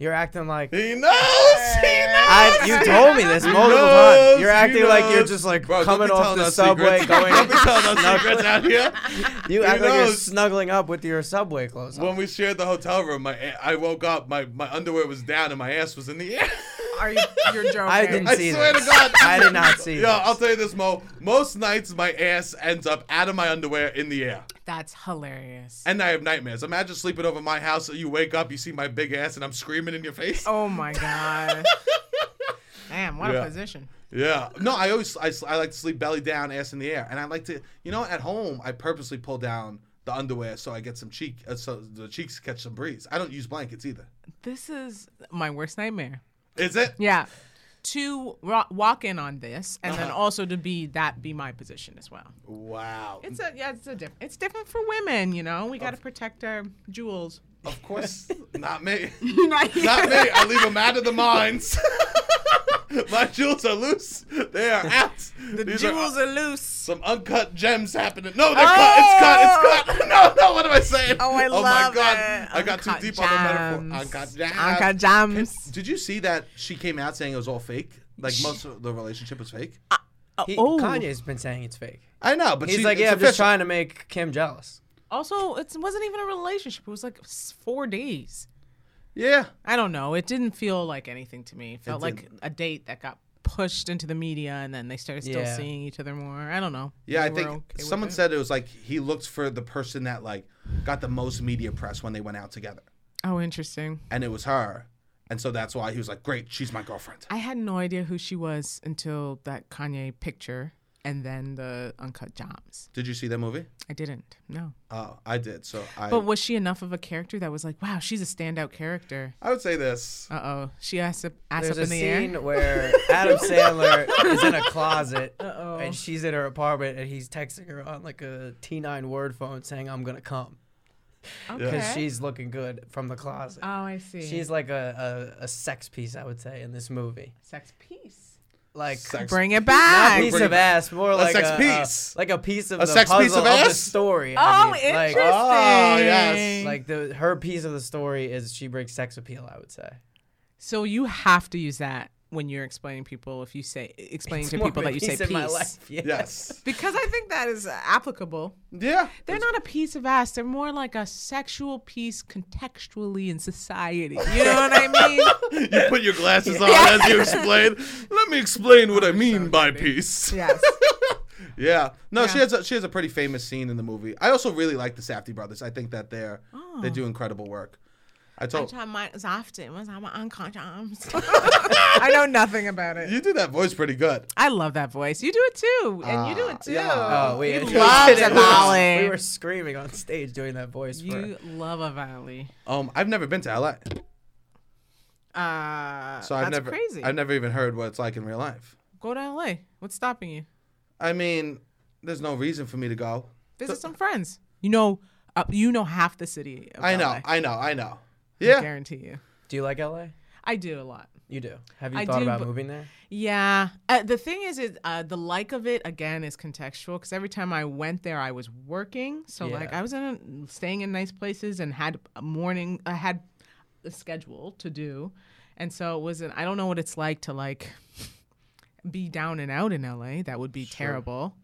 Speaker 2: You're acting like.
Speaker 1: He knows. He knows.
Speaker 2: I, you told me this multiple
Speaker 1: knows,
Speaker 2: times. You're
Speaker 1: he
Speaker 2: acting like you're
Speaker 1: knows.
Speaker 2: just like
Speaker 1: Bro, don't
Speaker 2: coming
Speaker 1: be
Speaker 2: off
Speaker 1: telling
Speaker 2: the
Speaker 1: us
Speaker 2: subway,
Speaker 1: secrets. [LAUGHS] Don't
Speaker 2: going.
Speaker 1: be telling us secrets out here.
Speaker 2: [LAUGHS] You act like you're
Speaker 1: knows?
Speaker 2: snuggling up with your subway clothes on.
Speaker 1: When we shared the hotel room, my I woke up, my my underwear was down and my ass was in the
Speaker 2: [LAUGHS]
Speaker 1: air.
Speaker 3: are you you're joking?
Speaker 2: I didn't
Speaker 1: I
Speaker 2: see
Speaker 1: swear
Speaker 2: this.
Speaker 1: to God.
Speaker 2: I
Speaker 1: [LAUGHS]
Speaker 2: did not see
Speaker 1: Yo,
Speaker 2: this.
Speaker 1: I'll tell you this, Mo. Most nights my ass ends up out of my underwear in the air.
Speaker 3: That's hilarious.
Speaker 1: And I have nightmares. Imagine sleeping over my house. You wake up, you see my big ass, and I'm screaming in your face.
Speaker 3: Oh
Speaker 1: [LAUGHS]
Speaker 3: my god. Damn, what
Speaker 1: Yeah.
Speaker 3: a position.
Speaker 1: Yeah. No, I always I, s- I like to sleep belly down, ass in the air, and I like to you know at home I purposely pull down the underwear so I get some cheek uh, so the cheeks catch some breeze. I don't use blankets either.
Speaker 3: This is my worst nightmare.
Speaker 1: Is it?
Speaker 3: Yeah. To ro- walk in on this and
Speaker 1: Uh-huh.
Speaker 3: then also to be that be my position as well.
Speaker 1: Wow.
Speaker 3: It's a yeah, it's a different. It's different for women, you know. We got to protect our jewels.
Speaker 1: Of
Speaker 3: [LAUGHS]
Speaker 1: course, not me. [LAUGHS]
Speaker 3: Not [LAUGHS]
Speaker 1: Not me. I leave them out of the mines. [LAUGHS] my jewels are loose. They are out.
Speaker 3: The
Speaker 1: These are uh,
Speaker 3: jewels are loose.
Speaker 1: Some uncut gems happening. No, they're cut. It's cut. [LAUGHS] It's cut. No, no. What am I saying?
Speaker 3: Oh, I love
Speaker 1: my God.
Speaker 3: it.
Speaker 1: I got too
Speaker 3: Uncut
Speaker 1: deep on the
Speaker 3: gems.
Speaker 1: metaphor. Uncut gems.
Speaker 3: Uncut gems.
Speaker 1: Can- Did you see that she came out saying it was all fake? Like most of the relationship was fake.
Speaker 2: He,
Speaker 3: Oh.
Speaker 2: Kanye's been saying it's fake.
Speaker 1: I know, but
Speaker 2: He's
Speaker 1: she,
Speaker 2: like,
Speaker 1: it's
Speaker 2: yeah, I'm
Speaker 1: official.
Speaker 2: just trying to make Kim jealous.
Speaker 3: Also, it wasn't even a relationship. It was like s- four days.
Speaker 1: Yeah,
Speaker 3: I don't know. It didn't feel like anything to me. It felt
Speaker 1: It
Speaker 3: like a date that got pushed into the media and then they started still
Speaker 2: Yeah.
Speaker 3: seeing each other more. I don't know.
Speaker 1: yeah. I
Speaker 3: Maybe
Speaker 1: think
Speaker 3: we're okay with
Speaker 1: someone
Speaker 3: it.
Speaker 1: said it was like he looked for the person that like got the most media press when they went out together,
Speaker 3: Oh, interesting.
Speaker 1: and it was her, and so that's why he was like, great, she's my girlfriend.
Speaker 3: I had no idea who she was until that Kanye picture and then the uncut jobs.
Speaker 1: Did you see that movie?
Speaker 3: I didn't. No.
Speaker 1: Oh, I did. So I,
Speaker 3: Uh, But was she enough of a character that was like, wow, she's a standout character?
Speaker 1: I would say this.
Speaker 3: [LAUGHS] Uh oh, she ass up, ass
Speaker 2: There's
Speaker 3: up
Speaker 2: a
Speaker 3: in the air.
Speaker 2: scene where Adam
Speaker 3: [LAUGHS]
Speaker 2: Sandler is in a closet and she's in her apartment and he's texting her on like a T9 word phone saying, I'm going to come. Because
Speaker 3: Okay.
Speaker 2: she's looking good from the closet.
Speaker 3: oh, I see.
Speaker 2: she's like a, a, a sex piece, I would say, in this movie.
Speaker 3: sex piece.
Speaker 2: Like,
Speaker 1: Sex-
Speaker 3: Bring it
Speaker 2: not
Speaker 3: back.
Speaker 2: a piece
Speaker 1: Bring
Speaker 2: of
Speaker 1: it-
Speaker 2: ass, more like
Speaker 1: sex
Speaker 2: a, uh,
Speaker 1: piece.
Speaker 2: like a piece of
Speaker 1: A
Speaker 2: the
Speaker 1: sex
Speaker 2: puzzle
Speaker 1: piece of
Speaker 2: of, the
Speaker 1: ass?
Speaker 2: story. I
Speaker 3: Oh,
Speaker 2: mean. Like-
Speaker 3: interesting.
Speaker 1: Oh, yes.
Speaker 2: Like the her piece of the story is she breaks sex appeal. I would say
Speaker 3: so you have to use that when you're explaining people if you say explaining
Speaker 2: [LAUGHS] It's
Speaker 3: to
Speaker 2: more
Speaker 3: people
Speaker 2: of a
Speaker 3: that you say
Speaker 2: piece in my
Speaker 3: peace.
Speaker 2: life, yeah.
Speaker 1: Yes.
Speaker 3: Because I think that is applicable.
Speaker 1: Yeah.
Speaker 3: They're not a piece of ass. They're more like a sexual piece contextually in society. You know what I mean?
Speaker 2: [LAUGHS]
Speaker 1: You put your glasses on as you explain. Let me explain what I mean by peace.
Speaker 3: yes.
Speaker 1: Yeah. No, she
Speaker 3: Yeah.
Speaker 1: has a, she has a pretty famous scene in the movie. I also really like the Safety brothers. I think that they're they do incredible work. I
Speaker 3: Oh. I
Speaker 1: told
Speaker 3: try mine as often as I'm unconscious. [LAUGHS] I know nothing about it.
Speaker 1: you did that voice pretty good.
Speaker 3: I love that voice. You do it too, and you do it too.
Speaker 1: Ah, yeah.
Speaker 2: Oh, we
Speaker 3: you
Speaker 2: we
Speaker 3: love
Speaker 2: did it. [LAUGHS]
Speaker 3: a
Speaker 2: We were-
Speaker 3: valley.
Speaker 2: We were screaming on stage doing that voice.
Speaker 3: You
Speaker 2: for,
Speaker 3: love a valley.
Speaker 1: Um, I've never been to LA,
Speaker 3: Uh,
Speaker 1: so I've
Speaker 3: that's
Speaker 1: never
Speaker 3: crazy.
Speaker 1: I've never even heard what it's like in real life.
Speaker 3: Go to LA. What's stopping you?
Speaker 1: I mean, there's no reason for me to go.
Speaker 3: Visit some friends. You know, uh, you know half the city. Of
Speaker 1: I know,
Speaker 3: LA,
Speaker 1: I know, I know.
Speaker 3: I
Speaker 1: Yeah,
Speaker 3: guarantee you.
Speaker 2: do you like LA?
Speaker 3: I do a lot.
Speaker 2: You do. Have you
Speaker 3: I
Speaker 2: thought
Speaker 3: do,
Speaker 2: about
Speaker 3: but-
Speaker 2: moving
Speaker 3: [LAUGHS]
Speaker 2: there?
Speaker 3: Yeah. Uh, the thing is, is uh, the like of it again is contextual because every time I went there, I was working. So like
Speaker 2: Yeah.
Speaker 3: I was in a, staying in nice places and had a morning. I had a schedule to do, and so it wasn't. I don't know what it's like to like [LAUGHS] be down and out in LA. That would be terrible.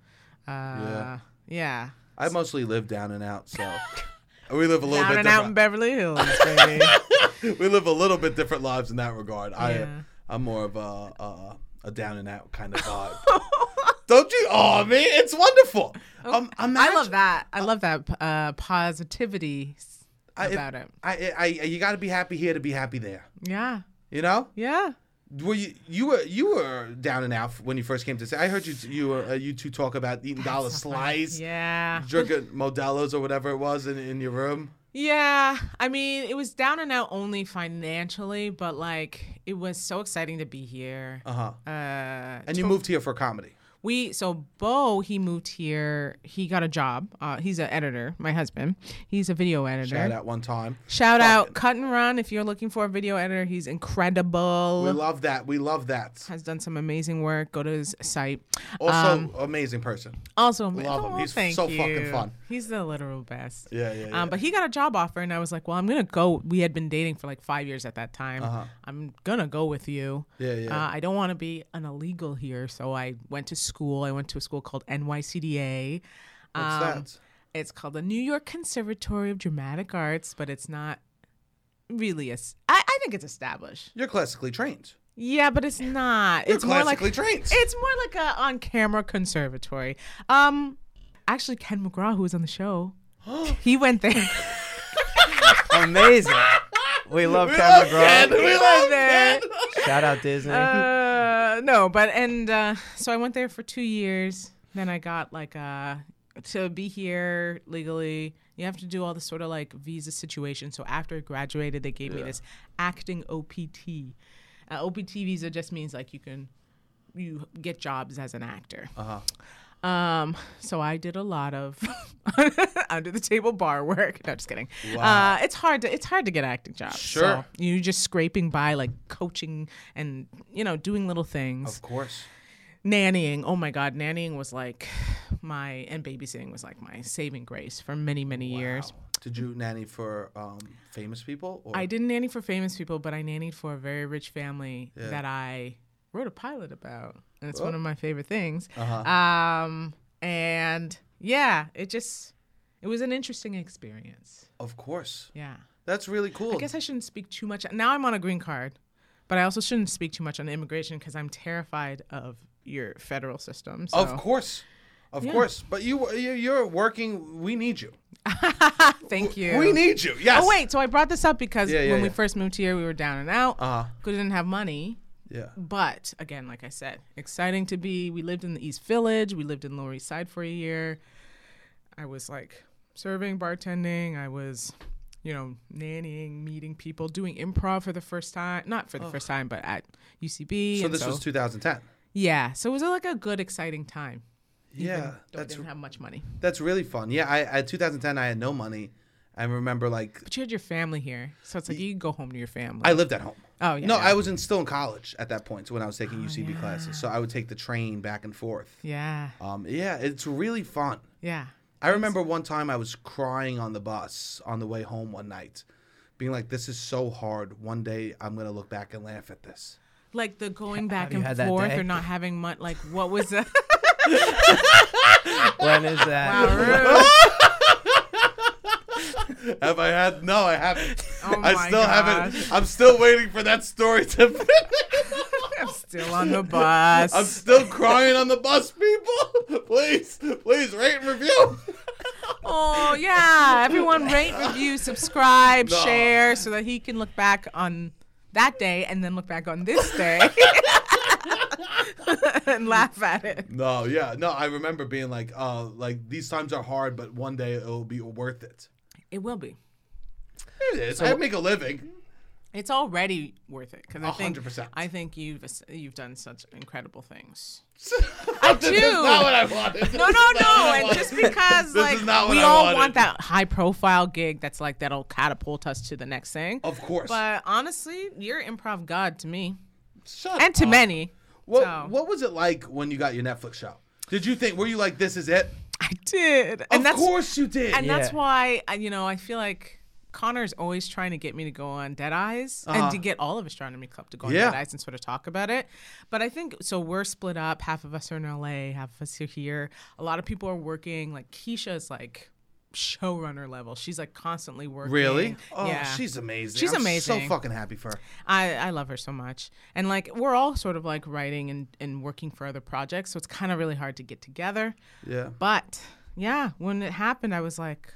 Speaker 3: Uh, yeah. Yeah.
Speaker 1: I mostly live down and out, so
Speaker 3: [LAUGHS]
Speaker 1: we live a little
Speaker 3: Down
Speaker 1: bit
Speaker 3: and out
Speaker 1: different.
Speaker 3: in Beverly Hills, [LAUGHS] baby.
Speaker 1: [LAUGHS] we live a little bit different lives in that regard.
Speaker 3: Yeah.
Speaker 1: I I'm more of a a, a down and out kind of vibe. [LAUGHS] Don't you? Oh man, it's wonderful. Um,
Speaker 3: I
Speaker 1: imagine-
Speaker 3: love that. I love that uh, positivity s-
Speaker 1: I- if-
Speaker 3: about it.
Speaker 1: I, I, I you got to be happy here to be happy there.
Speaker 3: Yeah.
Speaker 1: You know,
Speaker 3: Yeah.
Speaker 1: were you you were you were down and out when you first came to say? I heard you you were, uh, you two talk about eating dollar slice,
Speaker 3: Yeah.
Speaker 1: drinking Modelo's or whatever it was in, in your room.
Speaker 3: Yeah, I mean, it was down and out only financially, but like it was so exciting to be here.
Speaker 1: Uh huh.
Speaker 3: Uh,
Speaker 1: And you moved here for comedy.
Speaker 3: we so Bo he moved here. He got a job. Uh, he's an editor. My husband. He's a video editor.
Speaker 1: Shout out one time.
Speaker 3: Shout out Cut and Run if you're looking for a video editor. He's
Speaker 1: We
Speaker 3: incredible.
Speaker 1: love that. We love that.
Speaker 3: Has done some amazing work. Go to his site.
Speaker 1: Also,
Speaker 3: Um,
Speaker 1: amazing person.
Speaker 3: also,
Speaker 1: Oh, love him.
Speaker 3: oh,
Speaker 1: He's
Speaker 3: thank
Speaker 1: so fucking
Speaker 3: you.
Speaker 1: fun.
Speaker 3: He's the literal best.
Speaker 1: Yeah, yeah, yeah.
Speaker 3: Um, but he got a job offer, and I was like, "Well, I'm gonna go." We had been dating for like five years at that time. I'm gonna go with you.
Speaker 1: Uh-huh. Yeah, yeah.
Speaker 3: Uh, I don't want to be an illegal here, so I went to school. I went to a school called NYCDA.
Speaker 1: What's
Speaker 3: um,
Speaker 1: that?
Speaker 3: It's called the New York Conservatory of Dramatic Arts, but it's not really. Es- I, I think it's established.
Speaker 1: You're classically trained.
Speaker 3: Yeah, but it's not.
Speaker 1: You're
Speaker 3: it's more like
Speaker 1: classically trained.
Speaker 3: it's more like a on-camera conservatory. Um, actually, Ken McGraw, who was on
Speaker 1: [GASPS]
Speaker 3: the show, he went
Speaker 1: [LAUGHS]
Speaker 3: there. [LAUGHS]
Speaker 2: Amazing. we love
Speaker 1: We
Speaker 2: Ken
Speaker 1: love
Speaker 2: McGraw.
Speaker 1: Ken. We love
Speaker 3: there.
Speaker 1: Ken.
Speaker 2: Shout out Disney.
Speaker 3: Uh, no, but and uh, so I went there for two years. Then I got like uh, to be here legally. You have to do all this sort of like visa situation. So after I graduated, they gave me this acting OPT. Uh, OPT visa just means like you can you get jobs as an actor. Um, so I did a lot of [LAUGHS] under the table bar work. No, just kidding. Uh, it's hard to it's hard to get acting jobs. so
Speaker 1: Sure.
Speaker 3: you're just scraping by, like coaching and you know doing little things,
Speaker 1: Of course.
Speaker 3: nannying. Oh my God, nannying was like my and babysitting was like my saving grace for many many years.
Speaker 1: Wow. Did you nanny for um, famous people? Or?
Speaker 3: I didn't nanny for famous people, but I nannied for a very rich family that I wrote a pilot about, and it's
Speaker 1: Oh.
Speaker 3: one of my favorite things.
Speaker 1: Uh-huh.
Speaker 3: Um, and yeah, it just it was an interesting experience.
Speaker 1: Of course.
Speaker 3: Yeah,
Speaker 1: That's really cool.
Speaker 3: I guess I shouldn't speak too much. Now I'm on a green card, but I also shouldn't speak too much on immigration because I'm terrified of your federal system. So.
Speaker 1: Of course. Of course. But you, you, you're working. We need you.
Speaker 3: thank you.
Speaker 1: We need you. Yes.
Speaker 3: Oh wait, so I brought this up because
Speaker 1: Yeah, yeah,
Speaker 3: when we
Speaker 1: yeah.
Speaker 3: first moved here, we were down and out.
Speaker 1: Uh-huh.
Speaker 3: We didn't have money.
Speaker 1: Yeah.
Speaker 3: But again, like I said, exciting to be. We lived in the East Village. We lived in Lower East Side for a year. I was like serving, bartending. I was, you know, nannying, meeting people, doing improv for the first time. Not for the first time, but at UCB.
Speaker 1: So
Speaker 3: and
Speaker 1: this was 2010.
Speaker 3: yeah. So it was like a good, exciting time.
Speaker 1: Yeah.
Speaker 3: Though I
Speaker 1: That's
Speaker 3: didn't have much money,
Speaker 1: that's really fun. Yeah. I, I 2010. I had no money. I remember like
Speaker 3: but you had your family here, so it's like you can go home to your family.
Speaker 1: I lived at home.
Speaker 3: Oh, yeah, Oh,
Speaker 1: No,
Speaker 3: yeah.
Speaker 1: I was in still in college at that point when I was taking UCB classes. So I would take the train back and forth.
Speaker 3: yeah,
Speaker 1: Um, yeah, it's really fun.
Speaker 3: yeah.
Speaker 1: I remember one time I was crying on the bus on the way home one night, being like, "This is so hard. One day I'm gonna look back and laugh at this."
Speaker 3: Like the going back
Speaker 2: you had
Speaker 3: and
Speaker 2: that
Speaker 3: forth
Speaker 2: day?
Speaker 3: or not having much. Like what
Speaker 2: [LAUGHS]
Speaker 3: was the
Speaker 2: when is that?
Speaker 1: Have I had? No, I haven't.
Speaker 3: [LAUGHS] Oh
Speaker 1: I
Speaker 3: my
Speaker 1: still
Speaker 3: gosh.
Speaker 1: haven't. I'm still waiting for that story to. [LAUGHS] finish.
Speaker 3: [LAUGHS] I'm still on the
Speaker 1: [LAUGHS]
Speaker 3: bus.
Speaker 1: I'm still crying on the bus, people. Please, please rate and review. [LAUGHS]
Speaker 3: oh yeah, everyone rate, review, subscribe,
Speaker 1: No.
Speaker 3: share, so that he can look back on that day and then look back on
Speaker 1: [LAUGHS]
Speaker 3: this day [LAUGHS] and laugh at it.
Speaker 1: No, yeah, no. I remember being like, uh, like these times are hard, but one day it'll be worth it.
Speaker 3: It will be.
Speaker 1: It is. I make a living.
Speaker 3: It's already worth it because I
Speaker 1: A
Speaker 3: think
Speaker 1: hundred percent.
Speaker 3: I think you've you've done such
Speaker 1: [LAUGHS]
Speaker 3: incredible things.
Speaker 1: I This is
Speaker 3: do.
Speaker 1: not what I wanted.
Speaker 3: No, no, no,
Speaker 1: [LAUGHS]
Speaker 3: and just because
Speaker 1: This
Speaker 3: like
Speaker 1: is not what
Speaker 3: we
Speaker 1: I
Speaker 3: all
Speaker 1: wanted.
Speaker 3: want that high profile gig that's like that'll catapult us to the next thing.
Speaker 1: Of course.
Speaker 3: But honestly, you're improv god to me
Speaker 1: Shut
Speaker 3: and to
Speaker 1: up.
Speaker 3: many.
Speaker 1: What
Speaker 3: so.
Speaker 1: What was it like when you got your Netflix show? Did you think? Were you like, this is it?
Speaker 3: I did, and
Speaker 1: of
Speaker 3: that's
Speaker 1: course you did.
Speaker 3: and that's
Speaker 2: Yeah.
Speaker 3: why I, you know I feel like Connor's always trying to get me to go on Dead Eyes
Speaker 1: Uh-huh.
Speaker 3: and to get all of Astronomy Club to go on
Speaker 1: Yeah.
Speaker 3: Dead Eyes and sort of talk about it. But I think so. We're split up. Half of us are in LA. Half of us are here. A lot of people are working. Like Keisha's like showrunner level. She's like constantly working.
Speaker 1: really? Oh,
Speaker 3: yeah.
Speaker 1: she's amazing.
Speaker 3: She's
Speaker 1: I'm So
Speaker 3: amazing.
Speaker 1: fucking happy for her.
Speaker 3: I, I love her so much. And like we're all sort of like writing and, and working for other projects, so it's kind of really hard to get together.
Speaker 1: Yeah.
Speaker 3: But yeah, when it happened, I was like,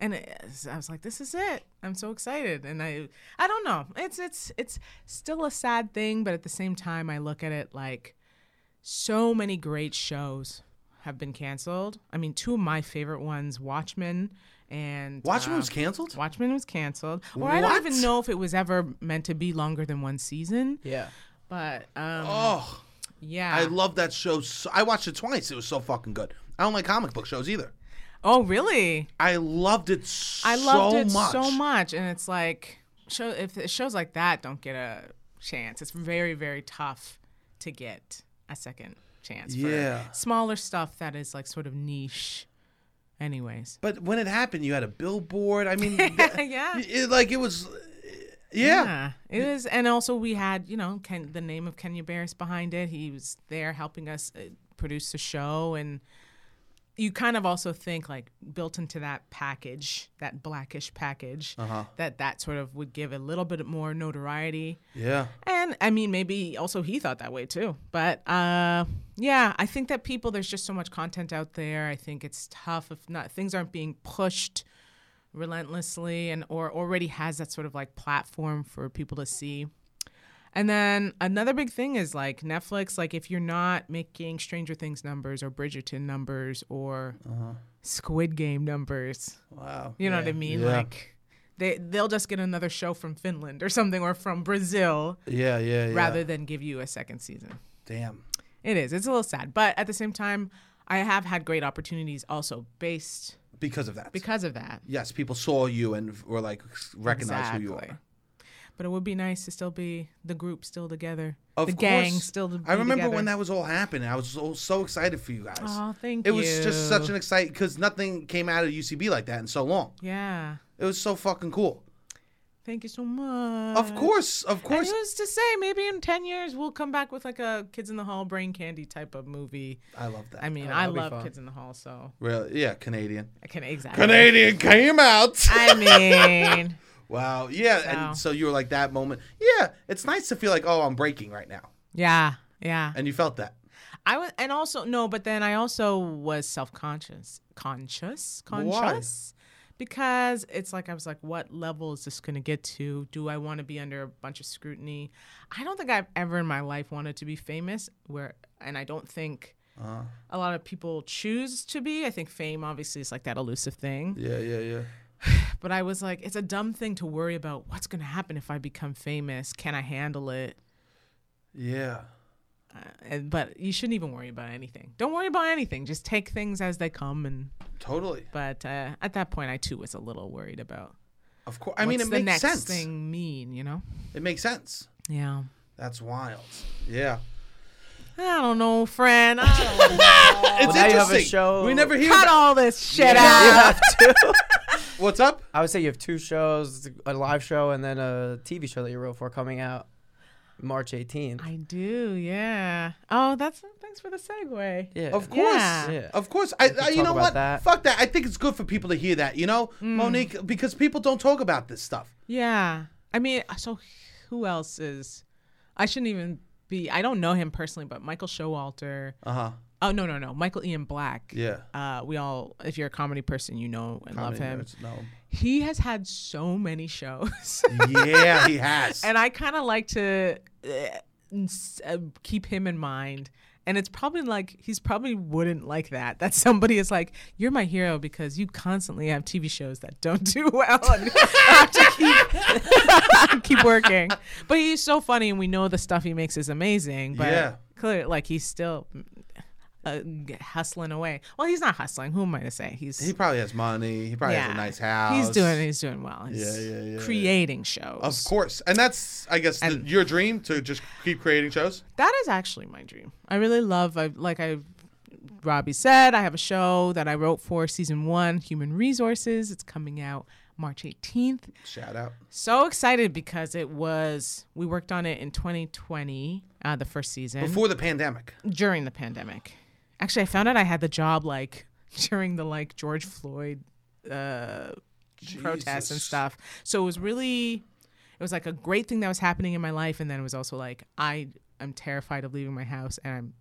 Speaker 3: and it, I was like, this is it. I'm so excited. And I I don't know. It's it's it's still a sad thing, but at the same time, I look at it like so many great shows have been canceled. I mean, two of my favorite ones, Watchmen and
Speaker 1: Watchmen
Speaker 3: um,
Speaker 1: was canceled.
Speaker 3: Watchmen was canceled, or I don't
Speaker 1: What?
Speaker 3: even know if it was ever meant to be longer than one season.
Speaker 2: Yeah.
Speaker 3: But um,
Speaker 1: Oh,
Speaker 3: yeah.
Speaker 1: I love that show. So, I watched it twice. It was so fucking good. I don't like comic book shows either.
Speaker 3: oh, really?
Speaker 1: I loved it so
Speaker 3: I loved it
Speaker 1: much.
Speaker 3: so much, and it's like show if it- shows like that don't get a chance, it's very very tough to get a second chance. for
Speaker 1: Yeah.
Speaker 3: smaller stuff that is like sort of niche. Anyways, [LAUGHS]
Speaker 1: But when it happened, you had a billboard. I mean,
Speaker 3: yeah.
Speaker 1: it, like it was, yeah.
Speaker 3: it is, and also we had you know Ken, the name of Kenya Barris behind it. He was there helping us uh, produce the show, and you kind of also think like built into that package, that blackish package, that that sort of would give a little bit more notoriety.
Speaker 1: yeah,
Speaker 3: And I mean, maybe also he thought that way too. But uh, yeah, I think that people, there's just so much content out there. I think it's tough if not things aren't being pushed relentlessly and or already has that sort of like platform for people to see. And then another big thing is like Netflix, like if you're not making Stranger Things numbers or Bridgerton numbers or Squid Game numbers,
Speaker 1: Wow.
Speaker 3: you know what I mean?
Speaker 1: Uh-huh. Yeah.
Speaker 3: Like they they'll just get another show from Finland or something or from Brazil
Speaker 1: Yeah, yeah, yeah.
Speaker 3: rather than give you a second season.
Speaker 1: damn.
Speaker 3: It is. It's a little sad, but at the same time, I have had great opportunities also based
Speaker 1: Because of that.
Speaker 3: because of that.
Speaker 1: yes, people saw you and were like recognize who you are.
Speaker 3: But it would be nice to still be the group still together,
Speaker 1: Of
Speaker 3: the
Speaker 1: course.
Speaker 3: gang still. To
Speaker 1: I
Speaker 3: be
Speaker 1: remember
Speaker 3: together.
Speaker 1: when that was all happening. I was so, so excited for you guys.
Speaker 3: Oh, thank
Speaker 1: it
Speaker 3: you.
Speaker 1: was just such an exciting because nothing came out of UCB like that in so long.
Speaker 3: Yeah.
Speaker 1: It was so fucking cool.
Speaker 3: Thank you so much.
Speaker 1: Of course, of
Speaker 3: And
Speaker 1: course.
Speaker 3: who's to say? Maybe in ten years we'll come back with like a Kids in the Hall brain candy type of movie.
Speaker 1: I love that.
Speaker 3: I mean,
Speaker 2: Oh,
Speaker 3: I
Speaker 2: that'll be
Speaker 3: love
Speaker 2: fun.
Speaker 3: Kids in the Hall, so
Speaker 1: really, yeah, Canadian.
Speaker 3: I can exactly.
Speaker 1: Canadian came
Speaker 3: [LAUGHS]
Speaker 1: out.
Speaker 3: I mean, [LAUGHS]
Speaker 1: wow. Yeah, and so you were like that moment. Yeah, it's nice to feel like oh, I'm breaking right now,
Speaker 3: yeah, yeah.
Speaker 1: and you felt that.
Speaker 3: I was, and also no, but then I also was self conscious, conscious, conscious, because it's like I was like, what level is this going to get to? Do I want to be under a bunch of scrutiny? I don't think I've ever in my life wanted to be famous, where, and I don't think
Speaker 1: Uh,
Speaker 3: a lot of people choose to be. I think fame obviously is like that elusive thing,
Speaker 1: Yeah, yeah, yeah.
Speaker 3: but I was like, it's a dumb thing to worry about. What's going to happen if I become famous? Can I handle it?
Speaker 1: Yeah.
Speaker 3: and, but you shouldn't even worry about anything. Don't worry about anything. Just take things as they come. And
Speaker 1: Totally.
Speaker 3: but uh, at that point, I too was a little worried about.
Speaker 1: Of course. I mean, it
Speaker 3: what's the
Speaker 1: makes
Speaker 3: next
Speaker 1: sense.
Speaker 3: thing mean? You know?
Speaker 1: It makes sense.
Speaker 3: Yeah.
Speaker 1: That's wild. Yeah.
Speaker 3: I don't know, friend. I
Speaker 1: [LAUGHS]
Speaker 3: don't know.
Speaker 1: it's
Speaker 2: now you have a
Speaker 1: interesting.
Speaker 2: show-
Speaker 1: We never hear.
Speaker 3: Cut
Speaker 1: about-
Speaker 3: all this shit
Speaker 2: You
Speaker 3: out.
Speaker 2: have two.
Speaker 1: What's up?
Speaker 2: I would say you have two shows, a live show, and then a TV show that you wrote for coming out March 18th.
Speaker 3: I do. Yeah. Oh, that's thanks for the segue.
Speaker 2: Yeah.
Speaker 1: Of course,
Speaker 3: Yeah.
Speaker 2: Yeah.
Speaker 1: of course. I, I you
Speaker 2: talk
Speaker 1: know
Speaker 2: about
Speaker 1: what?
Speaker 2: that.
Speaker 1: Fuck that. I think it's good for people to hear that. You know,
Speaker 3: Hmm.
Speaker 1: Monique, because people don't talk about this stuff.
Speaker 3: Yeah. I mean, uh, so who else is? I shouldn't even be. I don't know him personally, but Michael Showalter.
Speaker 1: Uh huh.
Speaker 3: Oh no no no, Michael Ian Black.
Speaker 1: Yeah.
Speaker 3: Uh, we all, if you're a comedy person, you know and love
Speaker 1: Comedy
Speaker 3: him.
Speaker 1: nerds
Speaker 3: [LAUGHS]
Speaker 1: know
Speaker 3: He has had so many shows, [LAUGHS]
Speaker 1: him. yeah, he has.
Speaker 3: and I kind of like to uh, s- uh, keep him in mind. And it's probably like he's probably wouldn't like that. That somebody is like, "You're my hero because you constantly have TV shows that don't [LAUGHS] do well." And I have to keep, [LAUGHS] keep working. But he's so funny, and we know the stuff he makes is amazing. But
Speaker 1: Yeah.
Speaker 3: clear, like he's still uh, g- hustling away. Well, he's not hustling. Who am I to say? He's
Speaker 1: he probably has money. He probably has a nice house.
Speaker 3: He's doing he's doing well. He's
Speaker 1: Yeah, yeah, yeah, yeah.
Speaker 3: creating shows.
Speaker 1: Of course, and that's I guess the,
Speaker 3: And-
Speaker 1: your dream to just keep creating shows.
Speaker 3: That is actually my dream. I really love I like I Robbie said, I have a show that I wrote for season 1, Human Resources. It's coming out March 18th.
Speaker 1: Shout out.
Speaker 3: So excited because it was we worked on it in 2020, uh, the first season
Speaker 1: Before the pandemic.
Speaker 3: during the pandemic. Actually, I found out I had the job like [LAUGHS] during the like George Floyd uh, protests and
Speaker 1: Jesus.
Speaker 3: stuff. So it was really, it was like a great thing that was happening in my life, and then it was also like I am terrified of leaving my house, and I'm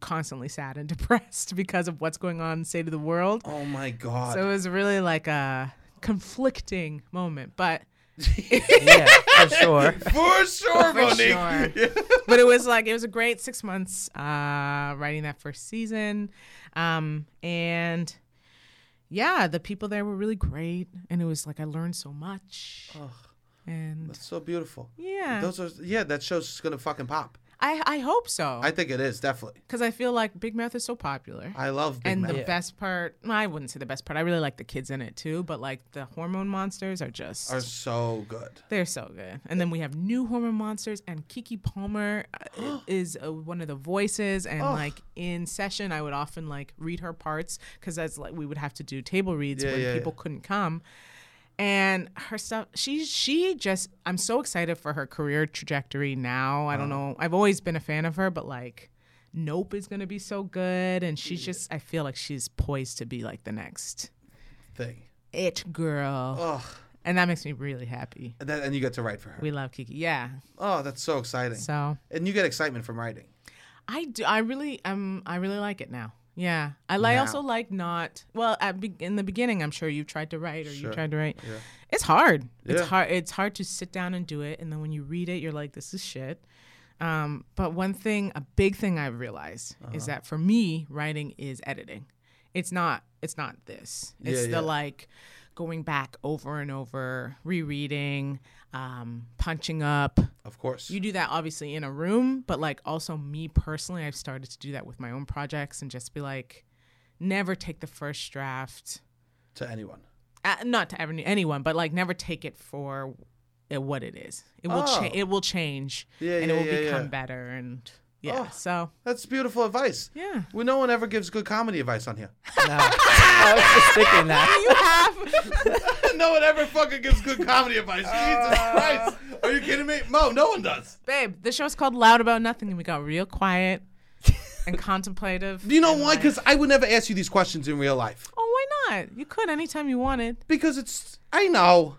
Speaker 3: constantly sad and [LAUGHS] depressed because of what's going on in the state of the world.
Speaker 1: Oh my god.
Speaker 3: [LAUGHS] So it was really like a conflicting moment, but
Speaker 2: Oh, yeah, for
Speaker 3: [LAUGHS]
Speaker 2: sure.
Speaker 1: For sure,
Speaker 3: For
Speaker 1: Monique.
Speaker 3: sure. but it was like it was a great six months uh, writing that first season, um, and yeah, the people there were really great, and it was like I learned so much,
Speaker 1: Ugh.
Speaker 3: and
Speaker 1: That's so beautiful.
Speaker 3: yeah,
Speaker 1: Those are yeah. That show's just gonna fucking pop.
Speaker 3: I I hope so
Speaker 1: I think it is definitely.
Speaker 3: because I feel like Big Mouth is so popular.
Speaker 1: I love Big
Speaker 3: and
Speaker 1: Mouth.
Speaker 3: the best part, well, I wouldn't say the best part. I really like the kids in it too, but like the hormone monsters are just
Speaker 1: Are so good.
Speaker 3: They're so good. And then we have new hormone monsters, and Kiki Palmer
Speaker 1: [GASPS]
Speaker 3: uh, is uh, one of the voices. And like in session, I would often like read her parts because that's like we would have to do table reads
Speaker 1: Yeah,
Speaker 3: when
Speaker 1: yeah,
Speaker 3: people couldn't come. And her stuff, she she just, I'm so excited for her career trajectory now. I don't
Speaker 1: Uh-huh.
Speaker 3: know. I've always been a fan of her, but like. Nope is gonna be so good, and she's just. I feel like she's poised to be like the next
Speaker 1: Thing.
Speaker 3: it girl,
Speaker 1: Ugh.
Speaker 3: and that makes me really happy.
Speaker 1: And then and you get to write for her.
Speaker 3: We love Kiki, yeah.
Speaker 1: Oh, that's so exciting.
Speaker 3: So
Speaker 1: And you get excitement from writing.
Speaker 3: I do. I really um I really like it now. Yeah, I, li- I also like not well at be- in the beginning. I'm sure you've tried to write or
Speaker 1: Sure.
Speaker 3: you tried to write. It's hard. It's
Speaker 1: Yeah.
Speaker 3: hard. It's hard to sit down and do it, and then when you read it, you're like, this is shit. Um, but one thing, a big thing I've realized is
Speaker 1: Uh-huh.
Speaker 3: that for me, writing is editing. It's not. It's not this. It's
Speaker 1: Yeah,
Speaker 3: the
Speaker 1: yeah.
Speaker 3: like going back over and over, rereading, um, punching up.
Speaker 1: Of course.
Speaker 3: You do that obviously in a room, but like also me personally, I've started to do that with my own projects and just be like, never take the first draft,
Speaker 1: to anyone.
Speaker 3: uh, not to ever anyone, but like never take it for uh, what it is. It will
Speaker 1: Oh.
Speaker 3: change. It will change,
Speaker 1: Yeah,
Speaker 3: and
Speaker 1: yeah,
Speaker 3: it will
Speaker 1: yeah,
Speaker 3: become
Speaker 1: yeah.
Speaker 3: better. And yeah,
Speaker 1: Oh.
Speaker 3: so
Speaker 1: That's beautiful advice.
Speaker 3: yeah,
Speaker 1: Well, no one ever gives good comedy advice
Speaker 3: [LAUGHS]
Speaker 1: on here.
Speaker 2: No. I was just thinking that.
Speaker 3: you have. [LAUGHS]
Speaker 1: no one ever fucking gives good comedy advice.
Speaker 3: Uh.
Speaker 1: Jesus Christ. Are you kidding me? Mo, no one does.
Speaker 3: Babe, the show's called Loud About Nothing, and we got real quiet
Speaker 1: [LAUGHS]
Speaker 3: and contemplative.
Speaker 1: You know
Speaker 3: and,
Speaker 1: why?
Speaker 3: like-
Speaker 1: Because I would never ask you these questions in real life.
Speaker 3: oh, why not? You could anytime you wanted.
Speaker 1: Because it's, I know.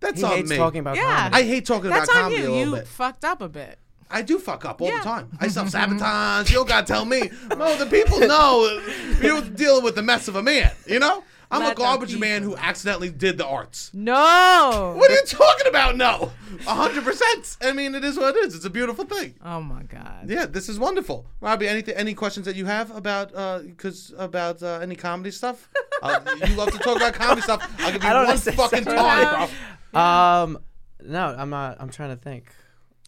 Speaker 1: That's
Speaker 2: He
Speaker 1: on
Speaker 2: hates
Speaker 1: me.
Speaker 2: talking about
Speaker 3: Yeah.
Speaker 2: comedy.
Speaker 1: I hate talking
Speaker 3: That's
Speaker 1: about
Speaker 3: on
Speaker 1: comedy a
Speaker 3: you.
Speaker 1: little
Speaker 3: You
Speaker 1: bit.
Speaker 3: fucked up a bit.
Speaker 1: I do fuck up all
Speaker 3: Yeah.
Speaker 1: the time. I self
Speaker 3: [LAUGHS]
Speaker 1: sabotage. you don't gotta tell me. Mo, the people know you're dealing with the mess of a man, you know? I'm
Speaker 3: Let
Speaker 1: a
Speaker 3: them
Speaker 1: garbage
Speaker 3: be.
Speaker 1: man who accidentally did the arts.
Speaker 3: No.
Speaker 1: [LAUGHS] What are you talking about? No, hundred percent. I mean, it is what it is. It's a beautiful thing.
Speaker 3: Oh my god.
Speaker 1: Yeah, this is wonderful, Robbie. Anything, any questions that you have about, uh, cause about uh, any comedy stuff? Uh, you love to talk about comedy stuff. I'll give you
Speaker 2: I don't
Speaker 1: one
Speaker 2: necessarily
Speaker 1: fucking time,
Speaker 3: have-
Speaker 2: Um, no, I'm not. I'm trying to think.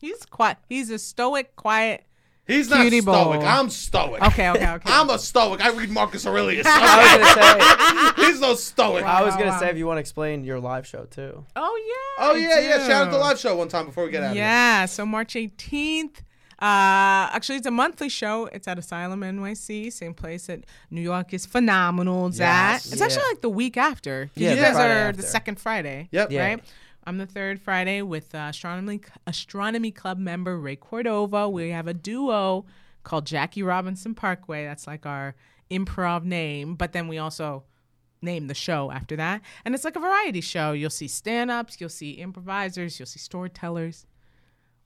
Speaker 3: He's quiet. He's a stoic, quiet.
Speaker 1: bro. He's not
Speaker 3: Cutie
Speaker 1: stoic.
Speaker 3: bowl.
Speaker 1: I'm stoic.
Speaker 3: Okay, okay, okay.
Speaker 1: I'm a stoic. I read Marcus
Speaker 3: [LAUGHS]
Speaker 1: Aurelius.
Speaker 2: I was gonna say.
Speaker 1: [LAUGHS] He's no stoic.
Speaker 2: I was
Speaker 3: Wow,
Speaker 2: gonna
Speaker 3: wow.
Speaker 2: say if you want to explain your live show too.
Speaker 3: oh yeah.
Speaker 1: Oh
Speaker 3: I
Speaker 1: yeah, yeah. Shout out the
Speaker 3: do.
Speaker 1: live show one time before we get out. of
Speaker 3: Yeah. So March 18th. Uh, actually, it's a monthly show. It's at Asylum NYC, same place that New York is phenomenal. It's
Speaker 1: Yes.
Speaker 3: at. It's
Speaker 2: Yeah.
Speaker 3: actually like the week after. 'cause
Speaker 2: Yeah,
Speaker 3: you
Speaker 2: the
Speaker 3: guys
Speaker 2: Friday
Speaker 3: are
Speaker 2: after.
Speaker 3: the second Friday.
Speaker 1: Yep. Yeah.
Speaker 3: Right. I'm the third Friday with uh, astronomy astronomy club member Ray Cordova. We have a duo called Jackie Robinson Parkway. That's like our improv name, but then we also name the show after that. And it's like a variety show. You'll see stand ups, you'll see improvisers, you'll see storytellers.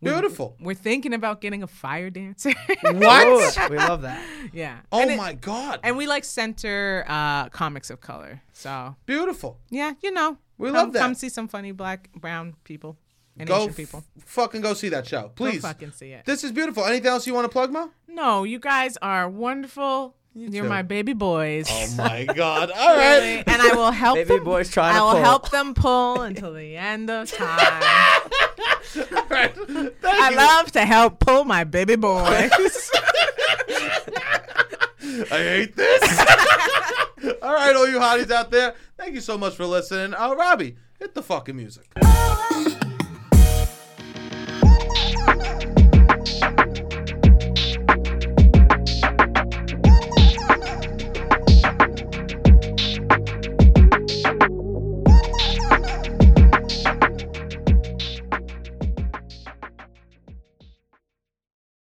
Speaker 1: Beautiful.
Speaker 3: We're thinking about getting a fire dancer.
Speaker 1: Mm-hmm. What?
Speaker 2: Ooh, we love that.
Speaker 3: [LAUGHS] yeah.
Speaker 1: Oh
Speaker 3: and it-
Speaker 1: my God.
Speaker 3: and we like center uh, comics of color. So
Speaker 1: Beautiful.
Speaker 3: yeah, you know,
Speaker 1: We
Speaker 3: come,
Speaker 1: love that.
Speaker 3: Come see some funny black, brown people and
Speaker 1: go
Speaker 3: Asian
Speaker 1: f-
Speaker 3: people.
Speaker 1: fucking go see that show,
Speaker 3: Go
Speaker 1: please.
Speaker 3: fucking see it.
Speaker 1: This is beautiful. Anything else you want to plug, Mo?
Speaker 3: No, you guys are wonderful. You are
Speaker 1: too.
Speaker 3: my baby boys.
Speaker 1: Oh my God. All right.
Speaker 3: and I will help
Speaker 2: Baby
Speaker 3: them.
Speaker 2: boys trying
Speaker 3: I
Speaker 2: to
Speaker 3: will
Speaker 2: pull.
Speaker 3: help them pull until the end of time.
Speaker 1: [LAUGHS] All right. Thank [LAUGHS]
Speaker 3: I
Speaker 1: you.
Speaker 3: love to help pull my
Speaker 1: [LAUGHS]
Speaker 3: baby boys.
Speaker 1: I hate this. [LAUGHS] All right, all you hotties out there, thank you so much for listening. Uh, Robbie, hit the fucking music.
Speaker 4: Thank you.